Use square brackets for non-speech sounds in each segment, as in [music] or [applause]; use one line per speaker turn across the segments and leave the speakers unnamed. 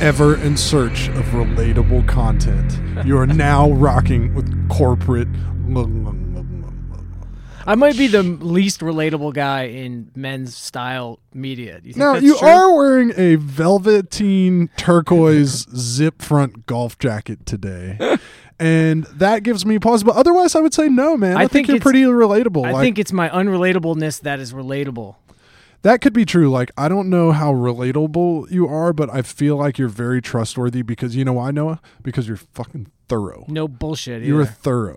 ever in search of relatable content. You are now rocking with corporate.
I might be the least relatable guy in men's style media. Do you think
Now
that's
you
true?
are wearing a velveteen turquoise zip front golf jacket today. And that gives me pause, but otherwise I would say no, man. I,
I
think,
think
you're
it's-
pretty relatable.
I
Like,
think it's my unrelatableness that is relatable.
That could be true. Like, I don't know how relatable you are, but I feel like you're very trustworthy because you know why, Noah? Because you're fucking thorough.
No bullshit.
You were
either.
thorough.
[laughs]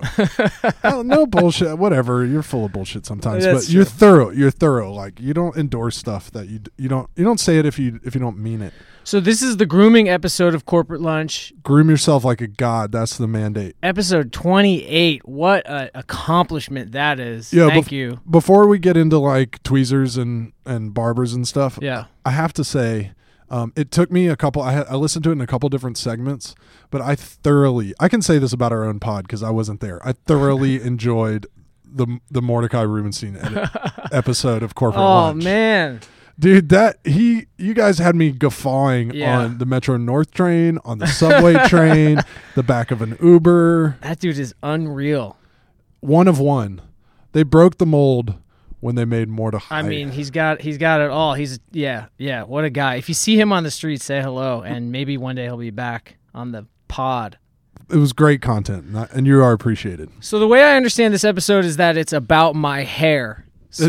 Oh, no bullshit. Whatever. You're full of bullshit sometimes,
That's
but you're
true.
thorough. You're thorough. Like you don't endorse stuff that you d- you don't you don't say it if you if you don't mean it.
so this is the grooming episode of Corporate Lunch,
Groom yourself like a god. That's the mandate.
episode 28. What an accomplishment that is.
Yeah,
Thank
bef-
you.
Before we get into like tweezers and and barbers and stuff,
Yeah.
I have to say, um, it took me a couple. I, had, I listened to it in a couple different segments, but I thoroughly. I can say this about our own pod because I wasn't there. I
[laughs]
thoroughly enjoyed the the Mordecai Rubenstein edit, episode of Corporate
Oh
Lunch.
man.
dude, that he you guys had me guffawing
Yeah.
on the Metro North train, on the
[laughs]
subway train, the back of an Uber.
That dude is unreal.
One of one. They broke the mold when they made Mordecai.
I mean, he's got he's got it all. He's yeah, yeah, what a guy. If you see him on the street, say hello and maybe one day he'll be back on the pod.
it was great content, and I- and you are appreciated.
So the way I understand this episode is that it's about my
[laughs]
hair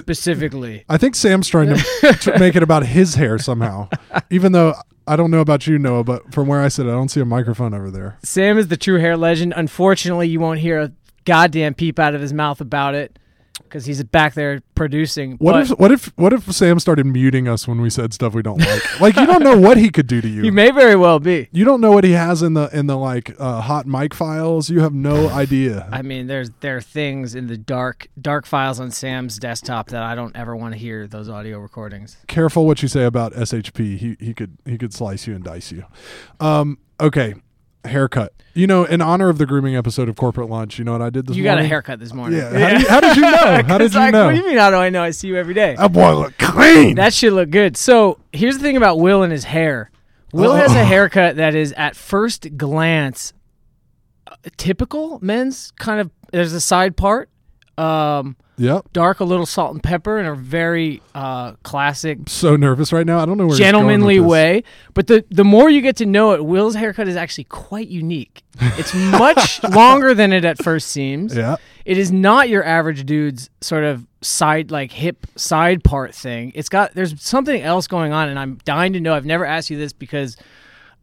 specifically.
I think Sam's trying
[laughs]
to tr- make it about his hair somehow. Even though I don't know about you, Noah, but from where I sit, I don't see a microphone over there.
Sam is the true hair legend. Unfortunately, you won't hear a goddamn peep out of his mouth about it because he's back there producing.
What
but
if what if what if Sam started muting us when we said stuff we don't like? like you don't know what he could do to you.
he may very well be.
you don't know what he has in the in the like uh, hot mic files. You have
[sighs]
no idea.
I mean, there's there are things in the dark dark files on Sam's desktop that I don't ever want to hear those audio recordings.
Careful what you say about SHP. He he could he could slice you and dice you. Um, okay, haircut. You know, in honor of the grooming episode of Corporate Lunch, you know what I did this
You got
morning?
a haircut this morning. [laughs]
Yeah. How, did you, how did you know? How did
It's
you
like,
know?
What do you mean? How do I know? I see you every day.
That boy look clean.
That should look good. So here's the thing about Will and his hair. Will has a
Ugh.
haircut that is at first glance uh, typical men's kind of. There's a side part, um,
yep.
dark, a little salt and pepper, and a very uh, classic
So nervous right now. I don't know where he's going with
gentlemanly
this.
way. But the the more you get to know it, Will's haircut is actually quite unique.
[laughs]
It's much longer than it at first seems.
Yeah.
It is not your average dude's sort of side like hip side part thing. It's got there's something else going on, and I'm dying to know. I've never asked you this because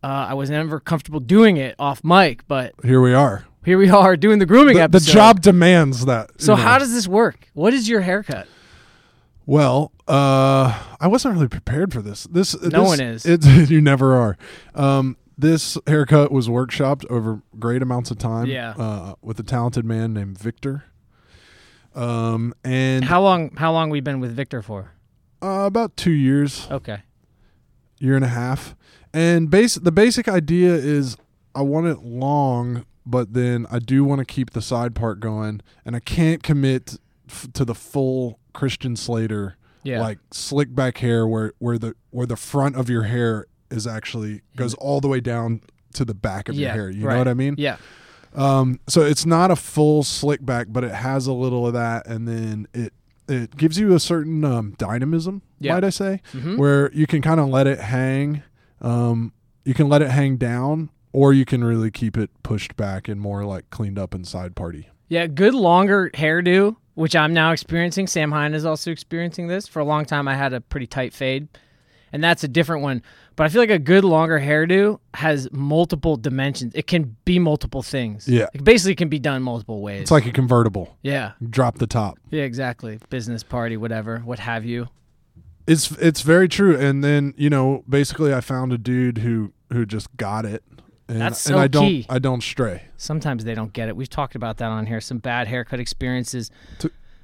uh, I was never comfortable doing it off mic, but
Here we are.
here we [laughs] are doing the grooming
The, the
episode.
job demands that.
So
you know.
how does this work? What is your haircut?
Well, uh, I wasn't really prepared for this. This uh,
No
this-
one is.
It's, [laughs] you never are. Um, this haircut was workshopped over great amounts of time.
Yeah.
Uh, with a talented man named Victor. Um, and
How long? How long we been with Victor for?
uh, about two years.
Okay.
year and a half. And base the basic idea is I want it long, but then I do want to keep the side part going, and I can't commit f- to the full Christian Slater
Yeah.
like slick back hair where where the where the front of your hair is actually goes all the way down to the back of your
Mm-hmm. Yeah,
hair. You
right.
know what I mean?
yeah.
Um, so it's not a full slick back, but it has a little of that, and then it it gives you a certain um, dynamism,
Yeah.
might I say,
Mhm.
where you can kind of let it hang. Um, you can let it hang down, or you can really keep it pushed back and more like cleaned up and side party.
Yeah, good longer hairdo, which I'm now experiencing. Sam Hine is also experiencing this. For a long time, I had a pretty tight fade, and that's a different one. But I feel like a good longer hairdo has multiple dimensions. It can be multiple things.
Yeah.
it basically can be done multiple ways.
It's like a convertible.
yeah,
Drop the top.
yeah, exactly. Business party, whatever, what have you.
It's it's very true. And then you know, basically, I found a dude who who just got it, and,
That's
and
so
I don't
key.
I don't stray.
Sometimes they don't get it. We've talked about that on here. Some bad haircut experiences.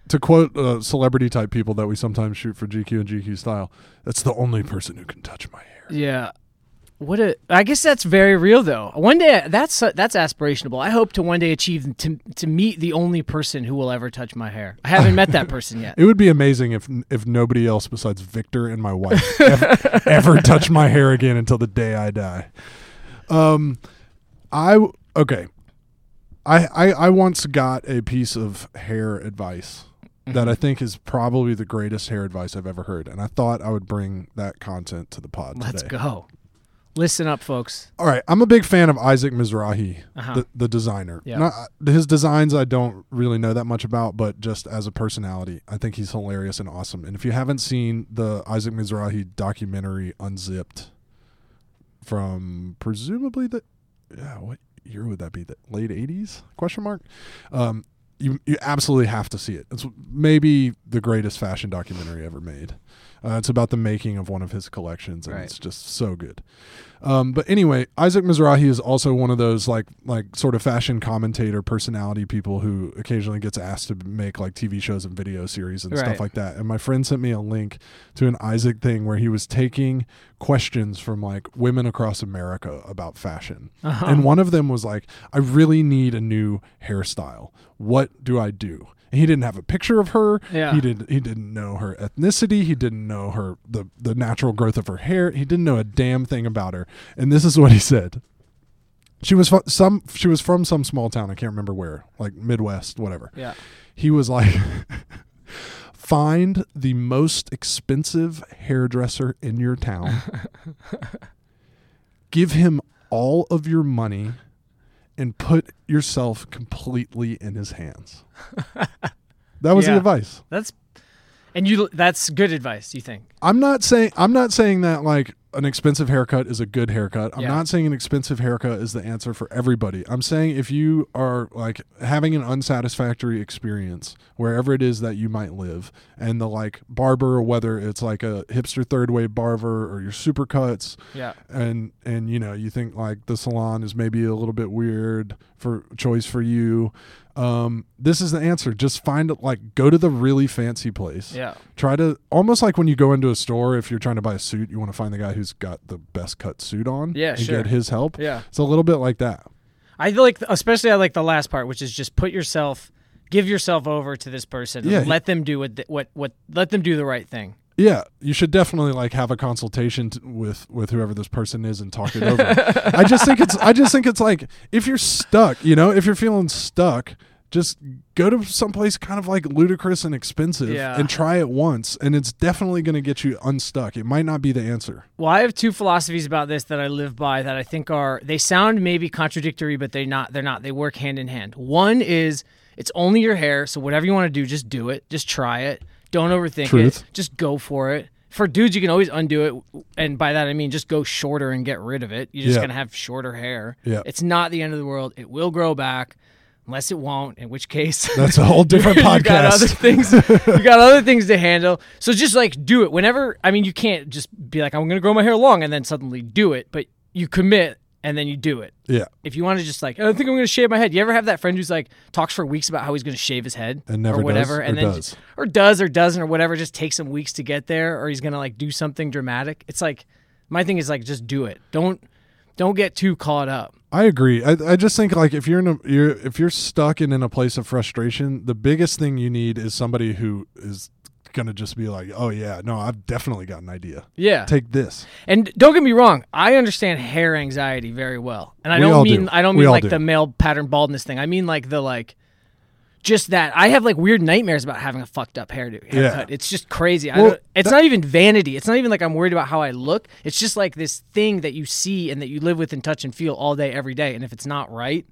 to quote uh, celebrity type people that we sometimes shoot for GQ and GQ style, that's the only person who can touch my hair.
Yeah. What a! I guess that's very real though. One day, that's that's aspirationable. I hope to one day achieve to to meet the only person who will ever touch my hair. I haven't met that
[laughs]
person yet.
It would be amazing if if nobody else besides Victor and my wife [laughs] ever, ever touch my hair again until the day I die. Um, I okay. I I, I once got a piece of hair advice that I think is probably the greatest hair advice I've ever heard, and I thought I would bring that content to the pod.
Let's
today.
go. Listen up, folks.
All right, I'm a big fan of Isaac Mizrahi,
Uh-huh.
the, the designer.
Yeah.
Not- uh, his designs I don't really know that much about, but just as a personality, I think he's hilarious and awesome. And if you haven't seen the Isaac Mizrahi documentary Unzipped from presumably the yeah, what year would that be? The late 80s? Question mark. Um you, you absolutely have to see it. It's maybe the greatest fashion documentary ever made. Uh, it's about the making of one of his collections, and
Right.
it's just so good. Um, but anyway, Isaac Mizrahi is also one of those like like sort of fashion commentator personality people who occasionally gets asked to make like TV shows and video series and stuff
Right.
like that. And my friend sent me a link to an Isaac thing where he was taking questions from like women across America about fashion.
Uh-huh.
And one of them was like, "I really need a new hairstyle. What do I do?" And he didn't have a picture of her.
Yeah.
He did he didn't know her ethnicity, he didn't know her the the natural growth of her hair. He didn't know a damn thing about her. And this is what he said. She was from some she was from some small town, I can't remember where, like Midwest, whatever.
Yeah.
He was like [laughs] find the most expensive hairdresser in your town. give him all of your money and put yourself completely in his
[laughs]
hands. that was the
Yeah.
advice.
That's and you. That's good advice. You think?
I'm not saying I'm not saying that like an expensive haircut is a good haircut. I'm
Yeah.
not saying an expensive haircut is the answer for everybody. I'm saying if you are like having an unsatisfactory experience wherever it is that you might live and the like barber whether it's like a hipster third wave barber or your supercuts
Yeah.
and and you know you think like the salon is maybe a little bit weird for choice for you um this is the answer just find like go to the really fancy place
Yeah.
try to almost like when you go into a store if you're trying to buy a suit you want to find the guy who's got the best cut suit on
Yeah,
and
sure.
get his help
Yeah.
it's a little bit like that
I like, especially I like the last part, which is just put yourself, give yourself over to this person.
Yeah.
and let them do what, th- what, what, let them do the right thing.
yeah you should definitely like have a consultation t- with with whoever this person is and talk it over i just think it's i just think it's like if you're stuck you know if you're feeling stuck just go to someplace kind of like ludicrous and expensive
Yeah.
and try it once and it's definitely going to get you unstuck it might not be the answer
Well, I have two philosophies about this that I live by that I think are they sound maybe contradictory, but they're not. They're not. They work hand in hand. One is it's only your hair, so whatever you want to do, just do it. Just try it. Don't overthink
Truth.
it. Just go for it. For dudes, you can always undo it, and by that I mean just go shorter and get rid of it. You're just
Yeah.
gonna have shorter hair.
Yeah.
it's not the end of the world. It will grow back, unless it won't. In which case,
that's a whole different
[laughs] you got other
podcast
things. you got other things to handle. So just like do it whenever. I mean, you can't just be like, I'm going to grow my hair long and then suddenly do it. But you commit and then you do it.
[laughs] yeah
If you want to just like, "Oh, I think I'm going to shave my head. You ever have that friend who's like talks for weeks about how he's going to shave his head
And never
or
does,
whatever, and
or
then
does?
or does or doesn't or whatever, just takes some weeks to get there, or he's going to like do something dramatic. It's like my thing is like just do it. Don't don't get too caught up.
I agree. I, I just think like if you're in a you're if you're stuck and in a place of frustration, the biggest thing you need is somebody who is gonna just be like, oh yeah, no, I've definitely got an idea.
Yeah.
Take this.
And don't get me wrong, I understand hair anxiety very well. And I
We all
don't mean
do.
I don't
We
mean
all
like
do.
the male pattern baldness thing. I mean like the like just that. I have like weird nightmares about having a fucked up hairdo haircut. It's just crazy. I
Well,
don't, it's not even vanity. It's not even like I'm worried about how I look. It's just like this thing that you see and that you live with and touch and feel all day every day. And if it's not right,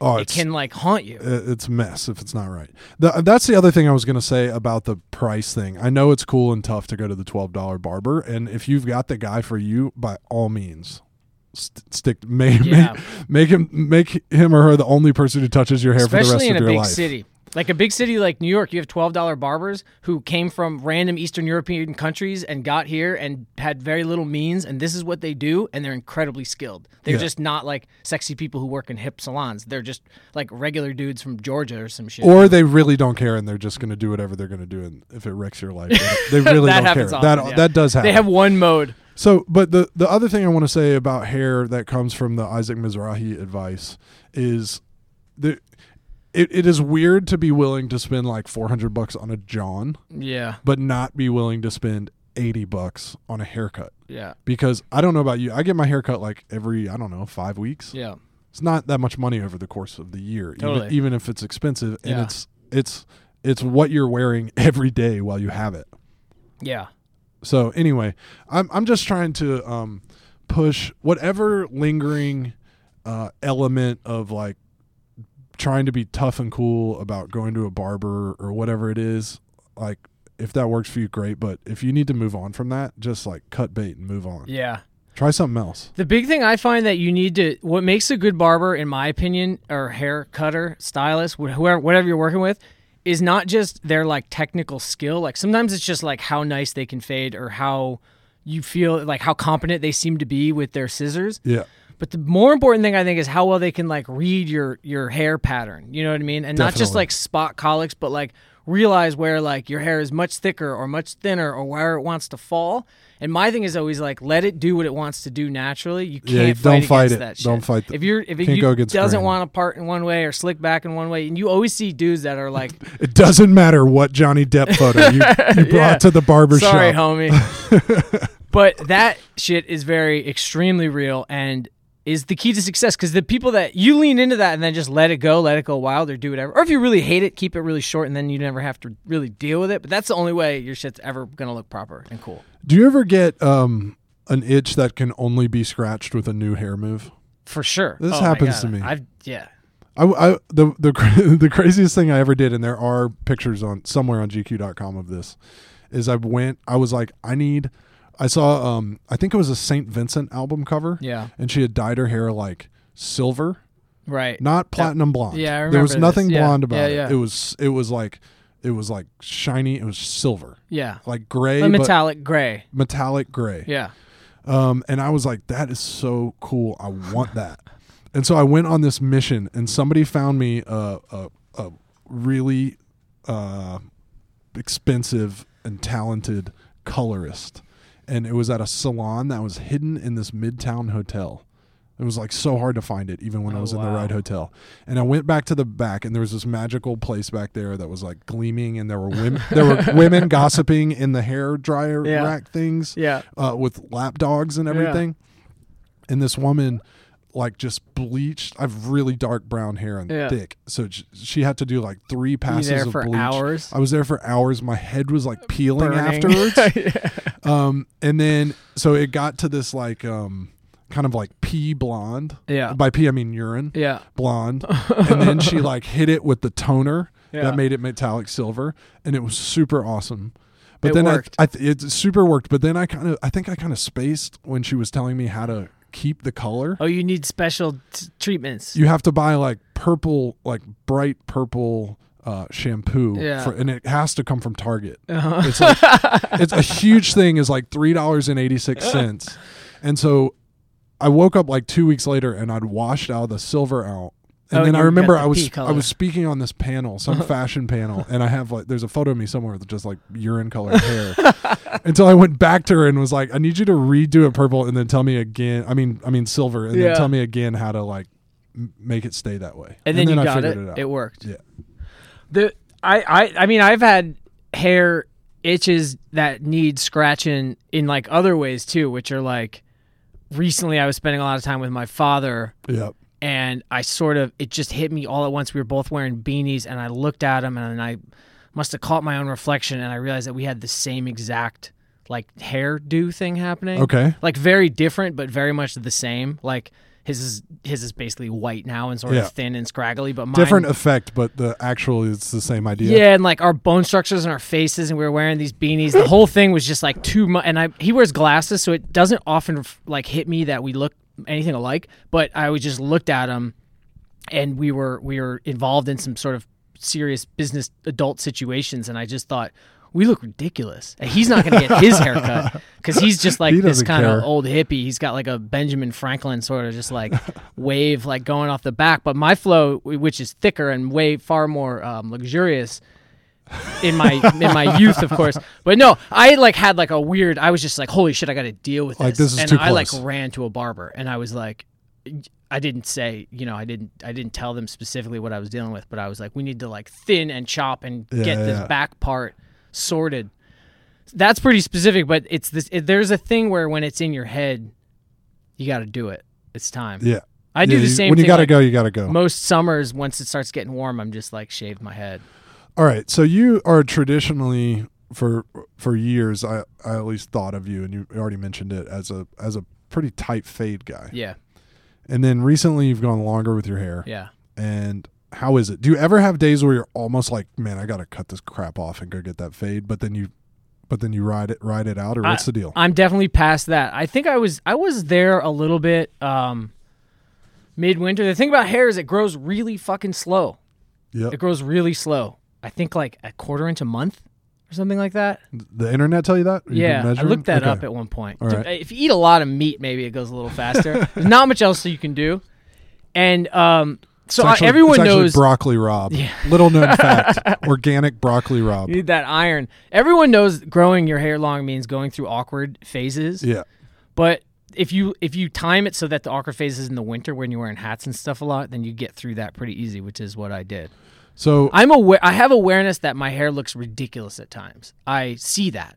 Oh,
it
it's
can like haunt you.
uh, it's a mess if it's not right. The, that's the other thing I was gonna say about the price thing. I know it's cool and tough to go to the twelve dollar barber, and if you've got the guy for you, by all means. St- stick make,
Yeah.
make make him make him or her the only person who touches your hair for the rest
especially in
of
a
your
big
life.
city like a big city like new york you have $12 barbers who came from random eastern european countries and got here and had very little means and this is what they do and they're incredibly skilled they're
Yeah.
just not like sexy people who work in hip salons they're just like regular dudes from georgia or some shit
or they really don't care and they're just going to
[laughs]
do whatever they're going to do and if it wrecks your life they they really
That
don't care
happens
that
often, yeah.
that does happen
they have one mode
So, but the the other thing I want to say about hair that comes from the Isaac Mizrahi advice is that it, it is weird to be willing to spend like 400 bucks on a John,
Yeah,
but not be willing to spend 80 bucks on a haircut.
yeah,
Because I don't know about you, I get my haircut like every I don't know five weeks.
yeah.
It's not that much money over the course of the year,
Totally.
even, even if it's expensive, and
Yeah.
it's it's it's what you're wearing [laughs] every day while you have it.
Yeah.
So anyway, I'm I'm just trying to um, push whatever lingering uh, element of like trying to be tough and cool about going to a barber or whatever it is. Like if that works for you, great. But if you need to move on from that, just like cut bait and move on.
Yeah.
Try something else.
The big thing I find that you need to what makes a good barber, in my opinion, or hair cutter, stylist, wh- whoever, whatever you're working with, is not just their like technical skill. Like sometimes it's just like how nice they can fade or how you feel like how competent they seem to be with their scissors.
Yeah,
But the more important thing I think is how well they can like read your your hair pattern. You know what I mean? And not just
Definitely.
like spot colics, but like realize where like your hair is much thicker or much thinner or where it wants to fall. And my thing is always like let it do what it wants to do naturally. You can't
Yeah,
fight
don't
against
fight it.
that shit.
Don't fight the-
if you're if it
can't
you
go against
doesn't
grain.
want to part in one way or slick back in one way, and you always see dudes that are like,
it doesn't matter what Johnny Depp photo
[laughs]
you, you brought
Yeah.
to the barber
sorry,
shop.
homie.
[laughs]
but that shit is very extremely real and is the key to success because the people that you lean into that and then just let it go, let it go wild or do whatever. Or if you really hate it, keep it really short and then you never have to really deal with it. But that's the only way your shit's ever gonna look proper and cool.
Do you ever get um, an itch that can only be scratched with a new hair move?
For sure.
This
Oh my
happens
God.
to me.
I've yeah.
I, I- the the cra- [laughs] the craziest thing I ever did, and there are pictures on somewhere on GQ.com of this, is I went. I was like, I need. I saw. Um, I think it was a Saint Vincent album cover.
Yeah.
and she had dyed her hair like silver,
Right.
not platinum blonde.
Yeah, I
there was
remember
nothing
this. Yeah.
blonde about
Yeah, yeah.
it. It was it was like it was like shiny. It was silver,
yeah.
like gray,
A
but
metallic gray.
metallic gray.
Yeah.
Um, and I was like, that is so cool. I want that. and so I went on this mission, and somebody found me a a, a really uh, expensive and talented colorist, and it was at a salon that was hidden in this midtown hotel. It was like so hard to find it, even when I
Oh,
was in the
wow.
right hotel. And I went back to the back, and there was this magical place back there that was like gleaming, and there were women, there
[laughs]
were women gossiping in the hair dryer
Yeah.
rack things
Yeah.
uh, with lap dogs and everything. And this woman, like, just bleached. I have really dark brown hair and
Yeah.
thick, so j- she had to do like three
Be
passes
there
of
for
bleach.
hours.
I was there for hours. My head was like peeling
burning.
afterwards.
[laughs] Yeah.
um, and then so it got to this like um, kind of like pea blonde.
Yeah.
By pea I mean urine
Yeah. [laughs]
blonde, and then she like hit it with the toner
Yeah.
that made it metallic silver, and it was super awesome. But
It
then
worked.
I, I th- it super worked. But then I kind of I think I kind of spaced when she was telling me how to keep the color.
Oh, you need special t- treatments.
You have to buy like purple, like bright purple uh, shampoo,
Yeah. Uh-huh.
for, and it has to come from Target. It's
[laughs]
like it's a huge thing. Is like three dollars and eighty
[laughs]
six cents, and so I woke up like two weeks later and I'd washed out the silver out. And
Oh,
then
you
I
got
remember
the
I was
pea color. Uh-huh.
I was speaking on this panel, some fashion panel,
[laughs]
and I have like there's a photo of me somewhere with just like urine colored hair. Until I went back to her and was like, I need you to redo it purple and then tell me again. I mean, I mean silver, and
Yeah.
then tell me again how to like m- make it stay that way.
and then, you
I
got
figured
it.
it out.
It, worked.
Yeah.
The I, I I mean I've had hair itches that need scratching in like other ways too, which are like recently I was spending a lot of time with my father
Yep.
and I sort of it just hit me all at once. We were both wearing beanies and I looked at him and I must have caught my own reflection and I realized that we had the same exact like hairdo thing happening
Okay.
like very different but very much the same like his is his is basically white now and sort
Yeah.
of thin and scraggly but mine,
Different effect, but the actual it's the same idea.
yeah and like our bone structures and our faces and we were wearing these beanies the whole thing was just like too much and i he wears glasses so it doesn't often like hit me that we look anything alike but i always just looked at him and we were we were involved in some sort of serious business adult situations and i just thought we look ridiculous and he's not going to get
[laughs]
his haircut because he's just like
He
this
doesn't
kind
care.
of old hippie he's got like a benjamin franklin sort of just like wave like going off the back but my flow which is thicker and way far more um, luxurious in my
[laughs]
in my youth, of course. But no, I like had like a weird. I was just like, holy shit, I got to deal with
Like, this is
and
too
I like
close.
ran to a barber, and I was like, I didn't say, you know, I didn't I didn't tell them specifically what I was dealing with, but I was like, we need to like thin and chop and
Yeah,
get
yeah,
this
yeah.
back part sorted. That's pretty specific, but it's this. It, there's a thing where when it's in your head, you got to do it. It's time.
Yeah.
I do
Yeah,
the
you-
same.
When you
thing,
gotta
like,
go, you gotta go.
Most summers, once it starts getting warm, I'm just like shave my head.
All right, so you are traditionally for for years I I at least thought of you and you already mentioned it as a as a pretty tight fade guy.
Yeah,
And then recently you've gone longer with your hair.
yeah.
And how is it? Do you ever have days where you're almost like, man, I got to cut this crap off and go get that fade, but then you but then you ride it ride it out or what's the deal?
I'm definitely past that. I think I was I was there a little bit um midwinter. The thing about hair is it grows really fucking slow.
Yep.
It grows really slow. I think like a quarter inch a month or something like that.
the internet tell you that? You've been
yeah, I
measuring?
looked that
Okay.
up at one point.
All
To-
right.
If you eat a lot of meat, maybe it goes a
[laughs]
little faster. There's not much else that you can do. And um
It's
so I-
actually-
everyone
it's actually
knows
broccoli rob. Little known
[laughs]
fact, organic broccoli rob.
you need that iron. Everyone knows growing your hair long means going through awkward phases.
Yeah.
But if you if you time it so that the awkward phase is in the winter when you're wearing hats and stuff a lot, then you get through that pretty easy, which is what I did.
So
I'm aware I have awareness that my hair looks ridiculous at times. I see that,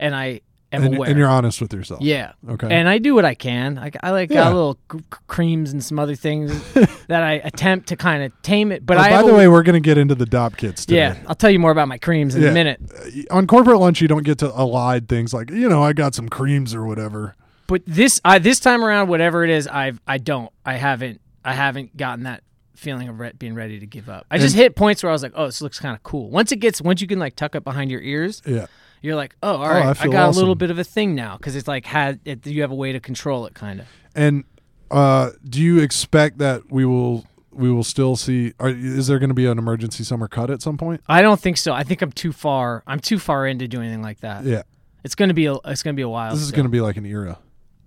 and I am
and,
aware.
and you're honest with yourself.
yeah.
Okay.
And I do what I can. I, I like
Yeah.
got little c- c- creams and some other things
[laughs]
that I attempt to kind of tame it. But
Oh,
I
by
have
the
a-
way, we're going to get into the DOP kits today.
yeah, I'll tell you more about my creams in
Yeah.
a minute.
Uh, On corporate lunch, you don't get to allied things like, you know, I got some creams or whatever.
but this I this time around, whatever it is, I've I don't I haven't I haven't gotten that feeling of re- being ready to give up. I just hit points where I was like, oh, this looks kind of cool. Once it gets once you can like tuck it behind your ears,
Yeah.
you're like, oh, all right,
I
I,
feel
got a little
awesome.
bit of a thing now because it's like had it, you have a way to control it, kind of.
And uh, do you expect that we will we will still see? Are, is there going to be an emergency summer cut at some point?
I don't think so. I think I'm too far. I'm too far into doing anything like that.
Yeah.
It's gonna be a, it's gonna be a while.
This is going to be like an era.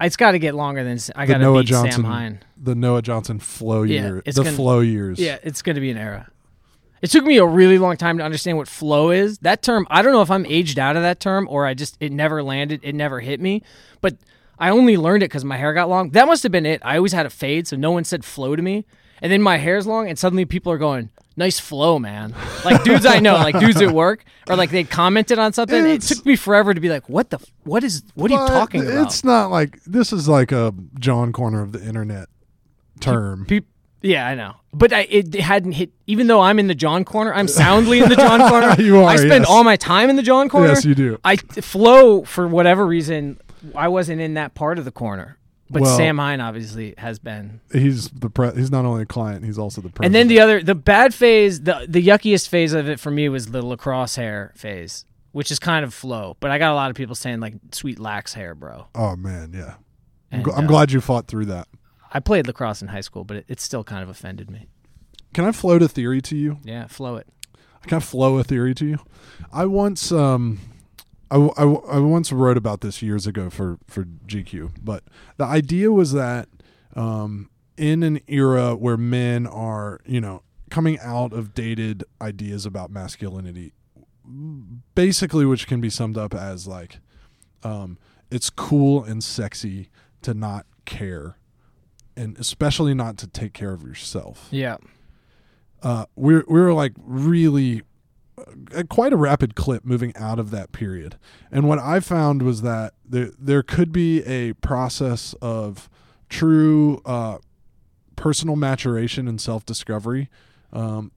It's got to get longer than I
The
got to
Noah
beat
Johnson,
Sam Hine.
the Noah Johnson flow
Yeah,
year,
it's
the
gonna-
flow years.
Yeah, it's going to be an era. It took me a really long time to understand what flow is. That term, I don't know if I'm aged out of that term or I just, it never landed. It never hit me. But I only learned it because my hair got long. That must have been it. I always had a fade, so no one said flow to me. And then my hair's long, and suddenly people are going, nice flow, man. Like dudes I know, like dudes at work, or like they commented on something.
It's-
it took me forever to be like, what the, f- what is, what are you
But
talking about?
It's not like this is like a John corner of the internet term.
Peop yeah, I know. But I, it hadn't hit. Even though I'm in the John corner, I'm soundly in the John
[laughs]
corner.
You are,
I spend
yes.
all my time in the John corner.
Yes, you do.
I flow for whatever reason. I wasn't in that part of the corner. But
Well-
Sam Hine obviously has been.
He's the pre- he's not only a client, he's also the
And
president.
then the other, the bad phase, the the yuckiest phase of it for me was the lacrosse hair phase, which is kind of flow. But I got a lot of people saying like sweet lax hair, bro.
Oh man, yeah. I'm,
And,
gl- I'm
uh,
glad you fought through that.
I played lacrosse in high school, but it, it still kind of offended me.
Can I float a theory to you?
Yeah, flow it.
Can I flow a theory to you? I once um I, w- I w- I once wrote about this years ago for for GQ, but the idea was that um in an era where men are, you know, coming out of dated ideas about masculinity, basically which can be summed up as like um it's cool and sexy to not care and especially not to take care of yourself
Yeah,
uh, we're we were like really at quite a rapid clip moving out of that period. And what I found was that there there could be a process of true uh, personal maturation and self discovery um,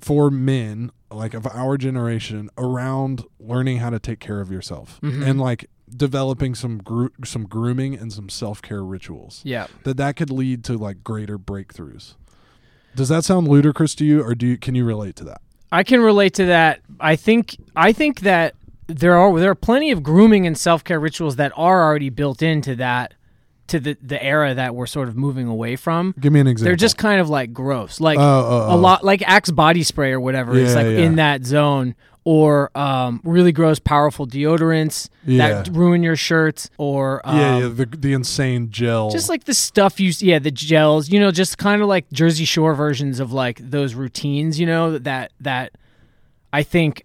for men like of our generation around learning how to take care of yourself
Mhm.
and like developing some gro- some grooming and some self care rituals
yeah.
that that could lead to like greater breakthroughs. Does that sound ludicrous to you, or do you can you relate to that?
I can relate to that. I think I think that there are there are plenty of grooming and self care rituals that are already built into that to the the era that we're sort of moving away from.
Give me an example.
They're just kind of like gross, like
Oh, oh,
a
oh.
lot like Axe body spray or whatever is
Yeah,
like
yeah.
in that zone, or um, really gross, powerful deodorants that
Yeah.
ruin your shirts, or um,
yeah, yeah, the the insane gel.
just like the stuff you, yeah, the gels, you know, just kind of like Jersey Shore versions of like those routines, you know, that that I think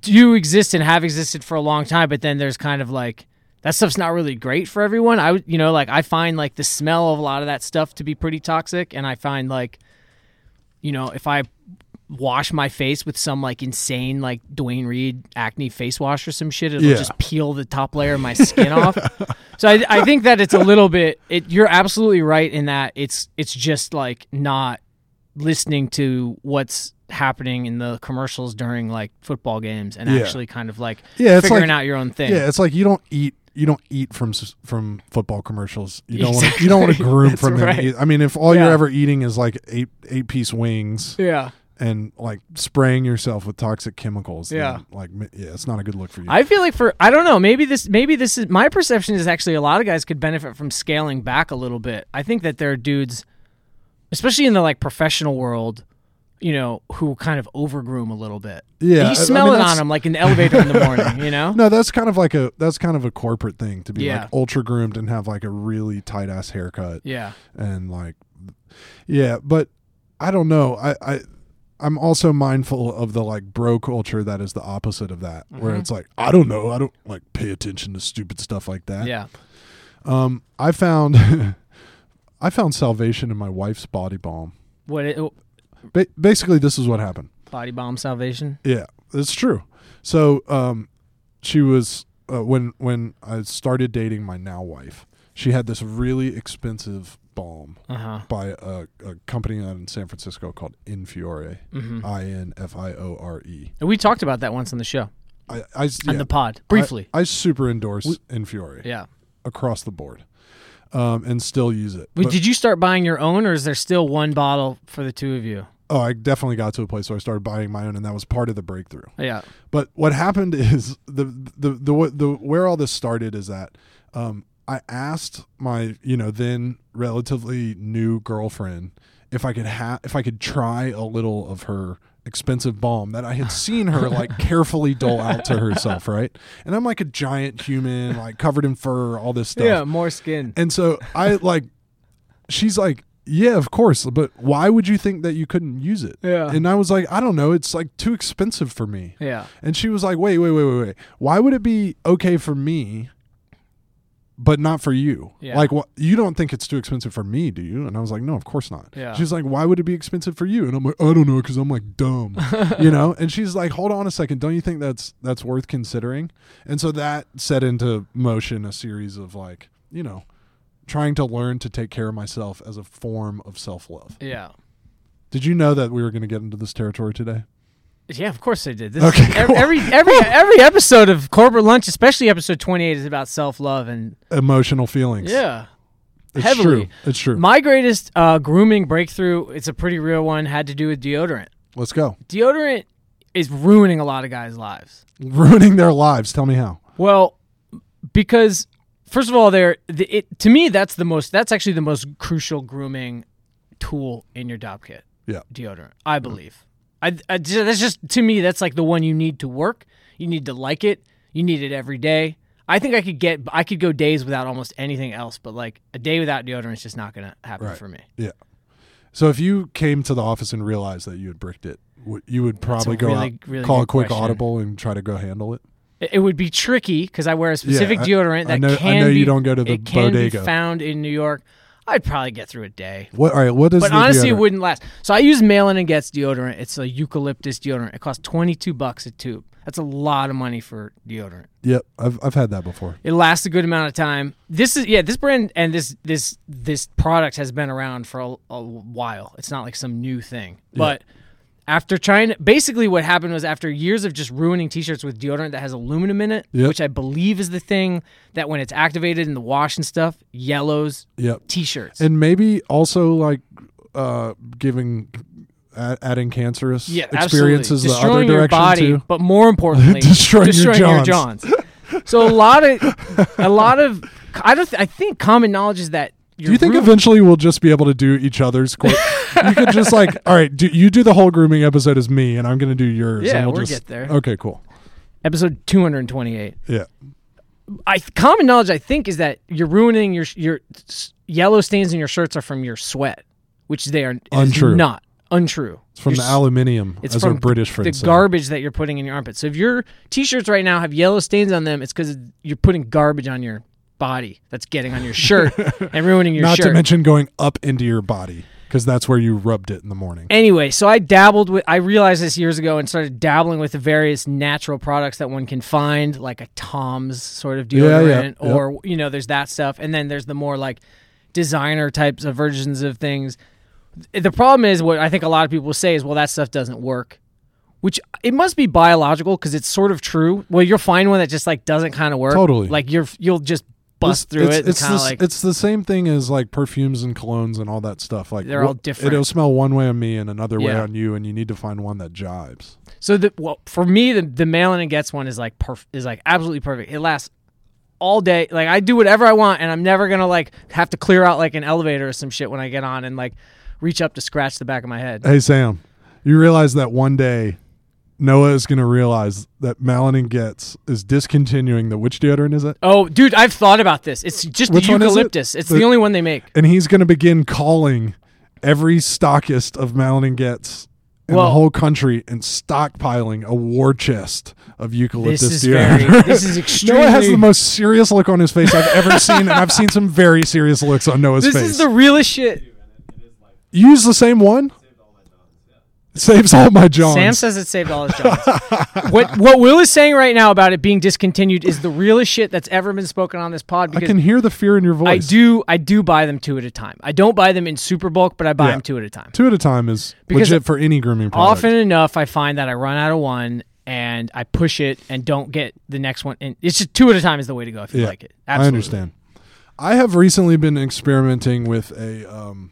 do exist and have existed for a long time, but then there's kind of like that stuff's not really great for everyone. I would, you know, like I find like the smell of a lot of that stuff to be pretty toxic, and I find like, you know, if I wash my face with some like insane like Dwayne Reed acne face wash or some shit, it'll
Yeah.
just peel the top layer of my skin off. So I, I think that it's a little bit. It, you're absolutely right in that it's it's just like not listening to what's happening in the commercials during like football games and
Yeah.
actually kind of like
Yeah, it's
figuring
like-
out your own thing.
Yeah, it's like you don't eat you don't eat from s- from football commercials. You don't want to
Exactly.
you don't want to groom
[laughs] That's
from them.
right.
eith- I mean, if all
Yeah.
you're ever eating is like eight eight piece wings
Yeah.
and like spraying yourself with toxic chemicals, then,
Yeah.
like m- yeah, it's not a good look for you.
I feel like for I don't know, maybe this maybe this is my perception is actually a lot of guys could benefit from scaling back a little bit. I think that there are dudes especially in the like professional world, you know, who kind of overgroom a little bit.
yeah,
you
I- I
smell
mean,
it on
that's-
them like in the
[laughs]
elevator in the morning, you know?
No, that's kind of like a that's kind of a corporate thing to be
Yeah.
like ultra groomed and have like a really tight ass haircut
Yeah.
and like yeah, but I don't know. I I I'm also mindful of the like bro culture that is the opposite of that, where
Mhm.
it's like I don't know, I don't like pay attention to stupid stuff like that.
Yeah.
Um, I found [laughs] I found salvation in my wife's body balm.
What it, oh,
Ba- basically, this is what happened.
body bomb salvation?
Yeah, it's true. So, um, she was uh, when when I started dating my now wife. She had this really expensive balm
Uh-huh.
by a, a company out in San Francisco called Infiore,
Mhm.
I N F I O R E.
And we talked about that once on the show,
I I s-
on
yeah,
the pod, briefly.
I, I super endorse Infiore
yeah.
across the board, um, and still use it.
Wait,
But-
did you start buying your own, or is there still one bottle for the two of you?
oh, I definitely got to a place where I started buying my own, and that was part of the breakthrough.
Yeah.
But what happened [laughs] is the the the, the where all this started is that um, I asked my you know then relatively new girlfriend if I could ha- if I could try a little of her expensive balm that I had seen her like carefully dole out to herself, right? And I'm like a giant human, like covered in fur, all this stuff.
more skin.
And so I like, she's like, yeah, of course, but why would you think that you couldn't use it?
Yeah.
And I was like, I don't know, it's like too expensive for me.
yeah.
And she was like, wait, wait, wait, wait, wait. Why would it be okay for me, but not for you?
Yeah.
Like, what? You don't think it's too expensive for me, do you? And I was like, no, of course not.
Yeah.
She's like, why would it be expensive for you? And I'm like, I don't know, because I'm like
[laughs]
dumb, you know. And she's like, hold on a second, don't you think that's that's worth considering? And so that set into motion a series of like, you know, trying to learn to take care of myself as a form of self love.
Yeah.
Did you know that we were going to get into this territory today?
Yeah, of course I did. This
Okay,
ev-
cool.
every every every episode of Corporate Lunch, especially episode 28 is about self-love and
Emotional feelings.
yeah.
it's
heavily.
true. It's true.
My greatest uh, grooming breakthrough, it's a pretty real one, had to do with deodorant.
Let's go. [laughs]
Deodorant is ruining a lot of guys' lives.
Ruining their lives. Tell me how.
Well, because first of all, there the, it to me that's the most that's actually the most crucial grooming tool in your dob kit.
Yeah.
deodorant. I
Mm-hmm.
believe. I, I ju- that's just to me that's like the one you need to work. You need to like it. You need it every day. I think I could get I could go days without almost anything else, but like a day without deodorant is just not gonna happen
Right.
for me.
So if you came to the office and realized that you had bricked it, w- you would probably go
really-
out,
really
call a
good
quick
question.
audible, and try to go handle it.
It, it would be tricky because I wear a specific
I-
deodorant
I
that
know- I
can
know
be,
you don't go to the
it can
bodega.
be found in New York. I'd probably get through a day.
What? All right. What is?
But
the
honestly,
deodorant?
it wouldn't last. So I use Malin and Getz deodorant. It's a eucalyptus deodorant. It costs twenty two bucks a tube. That's a lot of money for deodorant.
Yep. I've I've had that before.
It lasts a good amount of time. This is yeah. This brand and this this this product has been around for a, a while. It's not like some new thing. But after trying, basically what happened was after years of just ruining T-shirts with deodorant that has aluminum in it,
Yep.
which I believe is the thing that when it's activated in the wash and stuff, yellows
Yep.
T-shirts.
And maybe also like uh giving a- adding cancerous
yeah,
experiences
absolutely.
the other
destroying
direction
your body,
too.
but more
[laughs]
importantly,
Destroying
destroying,
your
your Johns. So a lot of,
[laughs]
a lot of, I don't, th- I think common knowledge is that.
Do you think eventually we'll just be able to do each other's? Qu- you could just
[laughs]
like, all right, do, you do the whole grooming episode as me, and I'm going to do yours.
Yeah,
and we'll
we'll
just,
get there.
Okay, cool.
episode two hundred and twenty-eight?
Yeah,
I common knowledge I think is that you're ruining your your s- yellow stains in your shirts are from your sweat, which they are is
Untrue.
not. untrue.
It's from
You're
the
s-
aluminium,
it's
as
from
our British friend
the
said.
garbage that you're putting in your armpit. So if your t-shirts right now have yellow stains on them, it's because you're putting garbage on your body that's getting on
[laughs]
your shirt and ruining your
Not
shirt.
to mention going up into your body because that's where you rubbed it in the morning.
anyway, so I dabbled with. I realized this years ago and started dabbling with the various natural products that one can find, like a Tom's sort of
Yeah,
deodorant,
yeah, yep.
or you know, there's that stuff, and then there's the more like designer types of versions of things. The problem is what I think a lot of people say is, well, that stuff doesn't work. Which it must be biological because it's sort of true. Well, you'll find one that just like doesn't kind of work.
Totally.
Like you're you'll just
It's-
bust through
it's,
it.
It's,
It's kind
the,
of
s-
like
it's the same thing as like perfumes and colognes and all that stuff. Like
They're all
wh-
different.
It'll smell one way on me and another way
Yeah.
on you, and you need to find one that jibes.
So the well for me the the mail in and gets one is like perf- is like absolutely perfect. It lasts all day. Like I do whatever I want and I'm never gonna like have to clear out like an elevator or some shit when I get on and like reach up to scratch the back of my head.
Hey Sam, you realize that one day Noah is going to realize that Malin and Getz is discontinuing the which deodorant is it?
Oh, dude, I've thought about this. It's just
Which
the
one is it?
eucalyptus. It's
The-
the, only one they make.
and he's going to begin calling every stockist of Malin and Getz in
Well-
the whole country and stockpiling a war chest of eucalyptus
This is
deodorant.
very this is
[laughs]
extremely
Noah has the most serious look on his face I've ever seen, and I've seen some very serious looks on Noah's
This
face.
is the realest shit.
you use the same one? Saves all my Johns.
Sam says it
[laughs]
saved all his jobs. what what Will is saying right now about it being discontinued is the realest shit that's ever been spoken on this pod
I
because
can hear the fear in your
I
voice.
do I do buy them two at a time. I don't buy them in super bulk, but I buy
Yeah.
them two at a time.
Two at a time is
Because
legit for any grooming product.
Often enough, I find that I run out of one and I push it and don't get the next one. And it's just two at a time is the way to go if you
Yeah,
like it. Absolutely.
I understand. I have recently been experimenting with a um,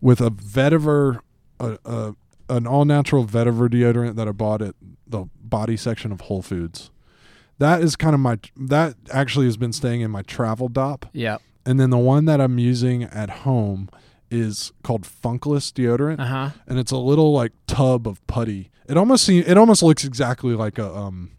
with a vetiver, a, a, an all natural vetiver deodorant that I bought at the body section of Whole Foods. That is kind of my that actually has been staying in my travel dop,
Yeah.
and then the one that I'm using at home is called Funkless deodorant,
Uh huh.
and it's a little like tub of putty. It almost seems it almost looks exactly like a um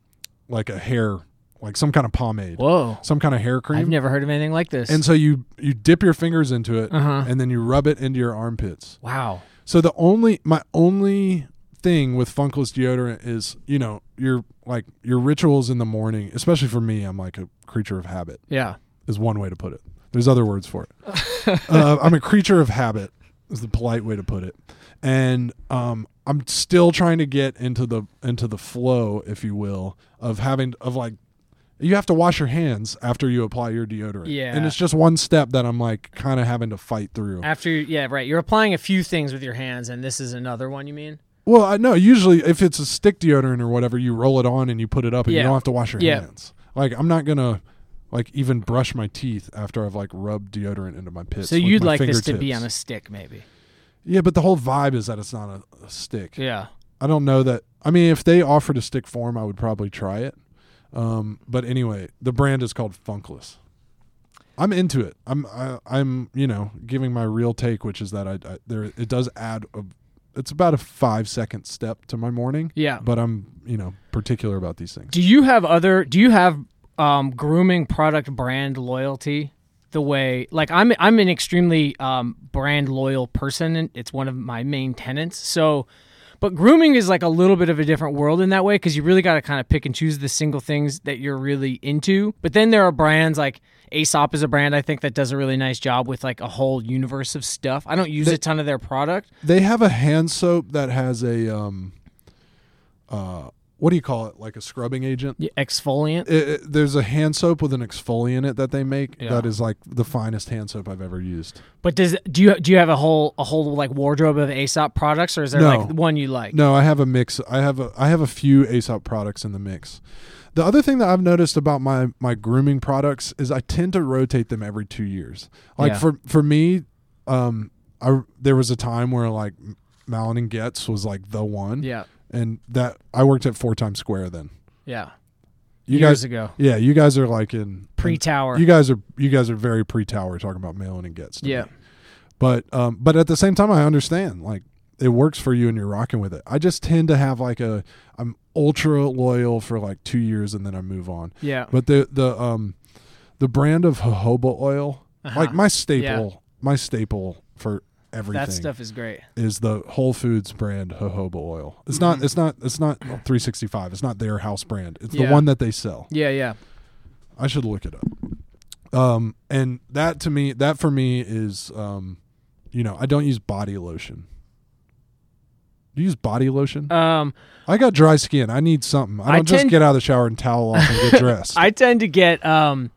like a hair like some kind of pomade,
Whoa.
some kind of hair cream.
I've never heard of anything like this.
And so you you dip your fingers into it,
Uh-huh.
and then you rub it into your armpits.
wow.
So the only my only thing with funkless deodorant is you know your like your rituals in the morning, especially for me, I'm like a creature of habit
Yeah.
is one way to put it. There's other words for it.
[laughs]
uh, I'm a creature of habit is the polite way to put it, and um, I'm still trying to get into the into the flow, if you will, of having of like you have to wash your hands after you apply your deodorant.
Yeah.
and it's just one step that I'm like kind of having to fight through.
After yeah, right. You're applying a few things with your hands, and this is another one. You mean?
Well, I know usually if it's a stick deodorant or whatever, you roll it on and you put it up, and you
Yeah.
don't have to wash your
Yeah.
hands. Like I'm not gonna. Like even brush my teeth after I've like rubbed deodorant into my pits.
So
with
you'd
my
like this to be
fingertips.
on a stick, maybe?
Yeah, but the whole vibe is that it's not a, a stick.
Yeah.
I don't know that. I mean, if they offered a stick form, I would probably try it. Um, but anyway, the brand is called Funkless. I'm into it. I'm I, I'm you know giving my real take, which is that I, I there it does add a. It's about a five second step to my morning,
Yeah.
but I'm you know particular about these things.
Do you have other? Do you have um, grooming product brand loyalty? The way, like I'm, I'm an extremely um, brand loyal person, and it's one of my main tenets. So, but grooming is like a little bit of a different world in that way because you really got to kind of pick and choose the single things that you're really into. But then there are brands like Aesop is a brand I think that does a really nice job with like a whole universe of stuff. I don't use a ton of their product.
They have a hand soap that has a um, uh, what do you call it? Like a scrubbing agent.
Yeah, Exfoliant.
it, it- there's a hand soap with an exfoliant that they make
Yeah.
that is like the finest hand soap I've ever used.
But does do you do you have a whole a whole like wardrobe of Aesop products, or is there
No.
like one you like?
No, I have a mix. I have a I have a few Aesop products in the mix. The other thing that I've noticed about my my grooming products is I tend to rotate them every 2 years. Like
Yeah.
for for me um I there was a time where like M- Malin and Getz was like the one
Yeah,
and that I worked at Four Times Square then.
yeah.
You
Years
guys
ago,
Yeah, you guys are like in
pre Tower.
You guys are you guys are very pre-tower talking about Malin and Getz. to me.
Yeah,
but um, but at the same time, I understand like it works for you and you're rocking with it. I just tend to have like a I'm ultra loyal for like two years and then I move on.
yeah.
But the the um the brand of jojoba oil,
Uh-huh.
like my staple, my staple for everything.
That stuff is great.
is the Whole Foods brand jojoba oil. It's
Mm-hmm.
not. It's not. It's not 365. It's not their house brand. It's
Yeah.
the one that they sell.
Yeah, yeah.
I should look it up. Um, and that to me, that for me is, um, you know, I don't use body lotion. Do you use body lotion?
Um,
I got dry skin. I need something. I
I
don't just
tend-
get out of the shower and towel off and
[laughs]
get dressed.
I tend to get um,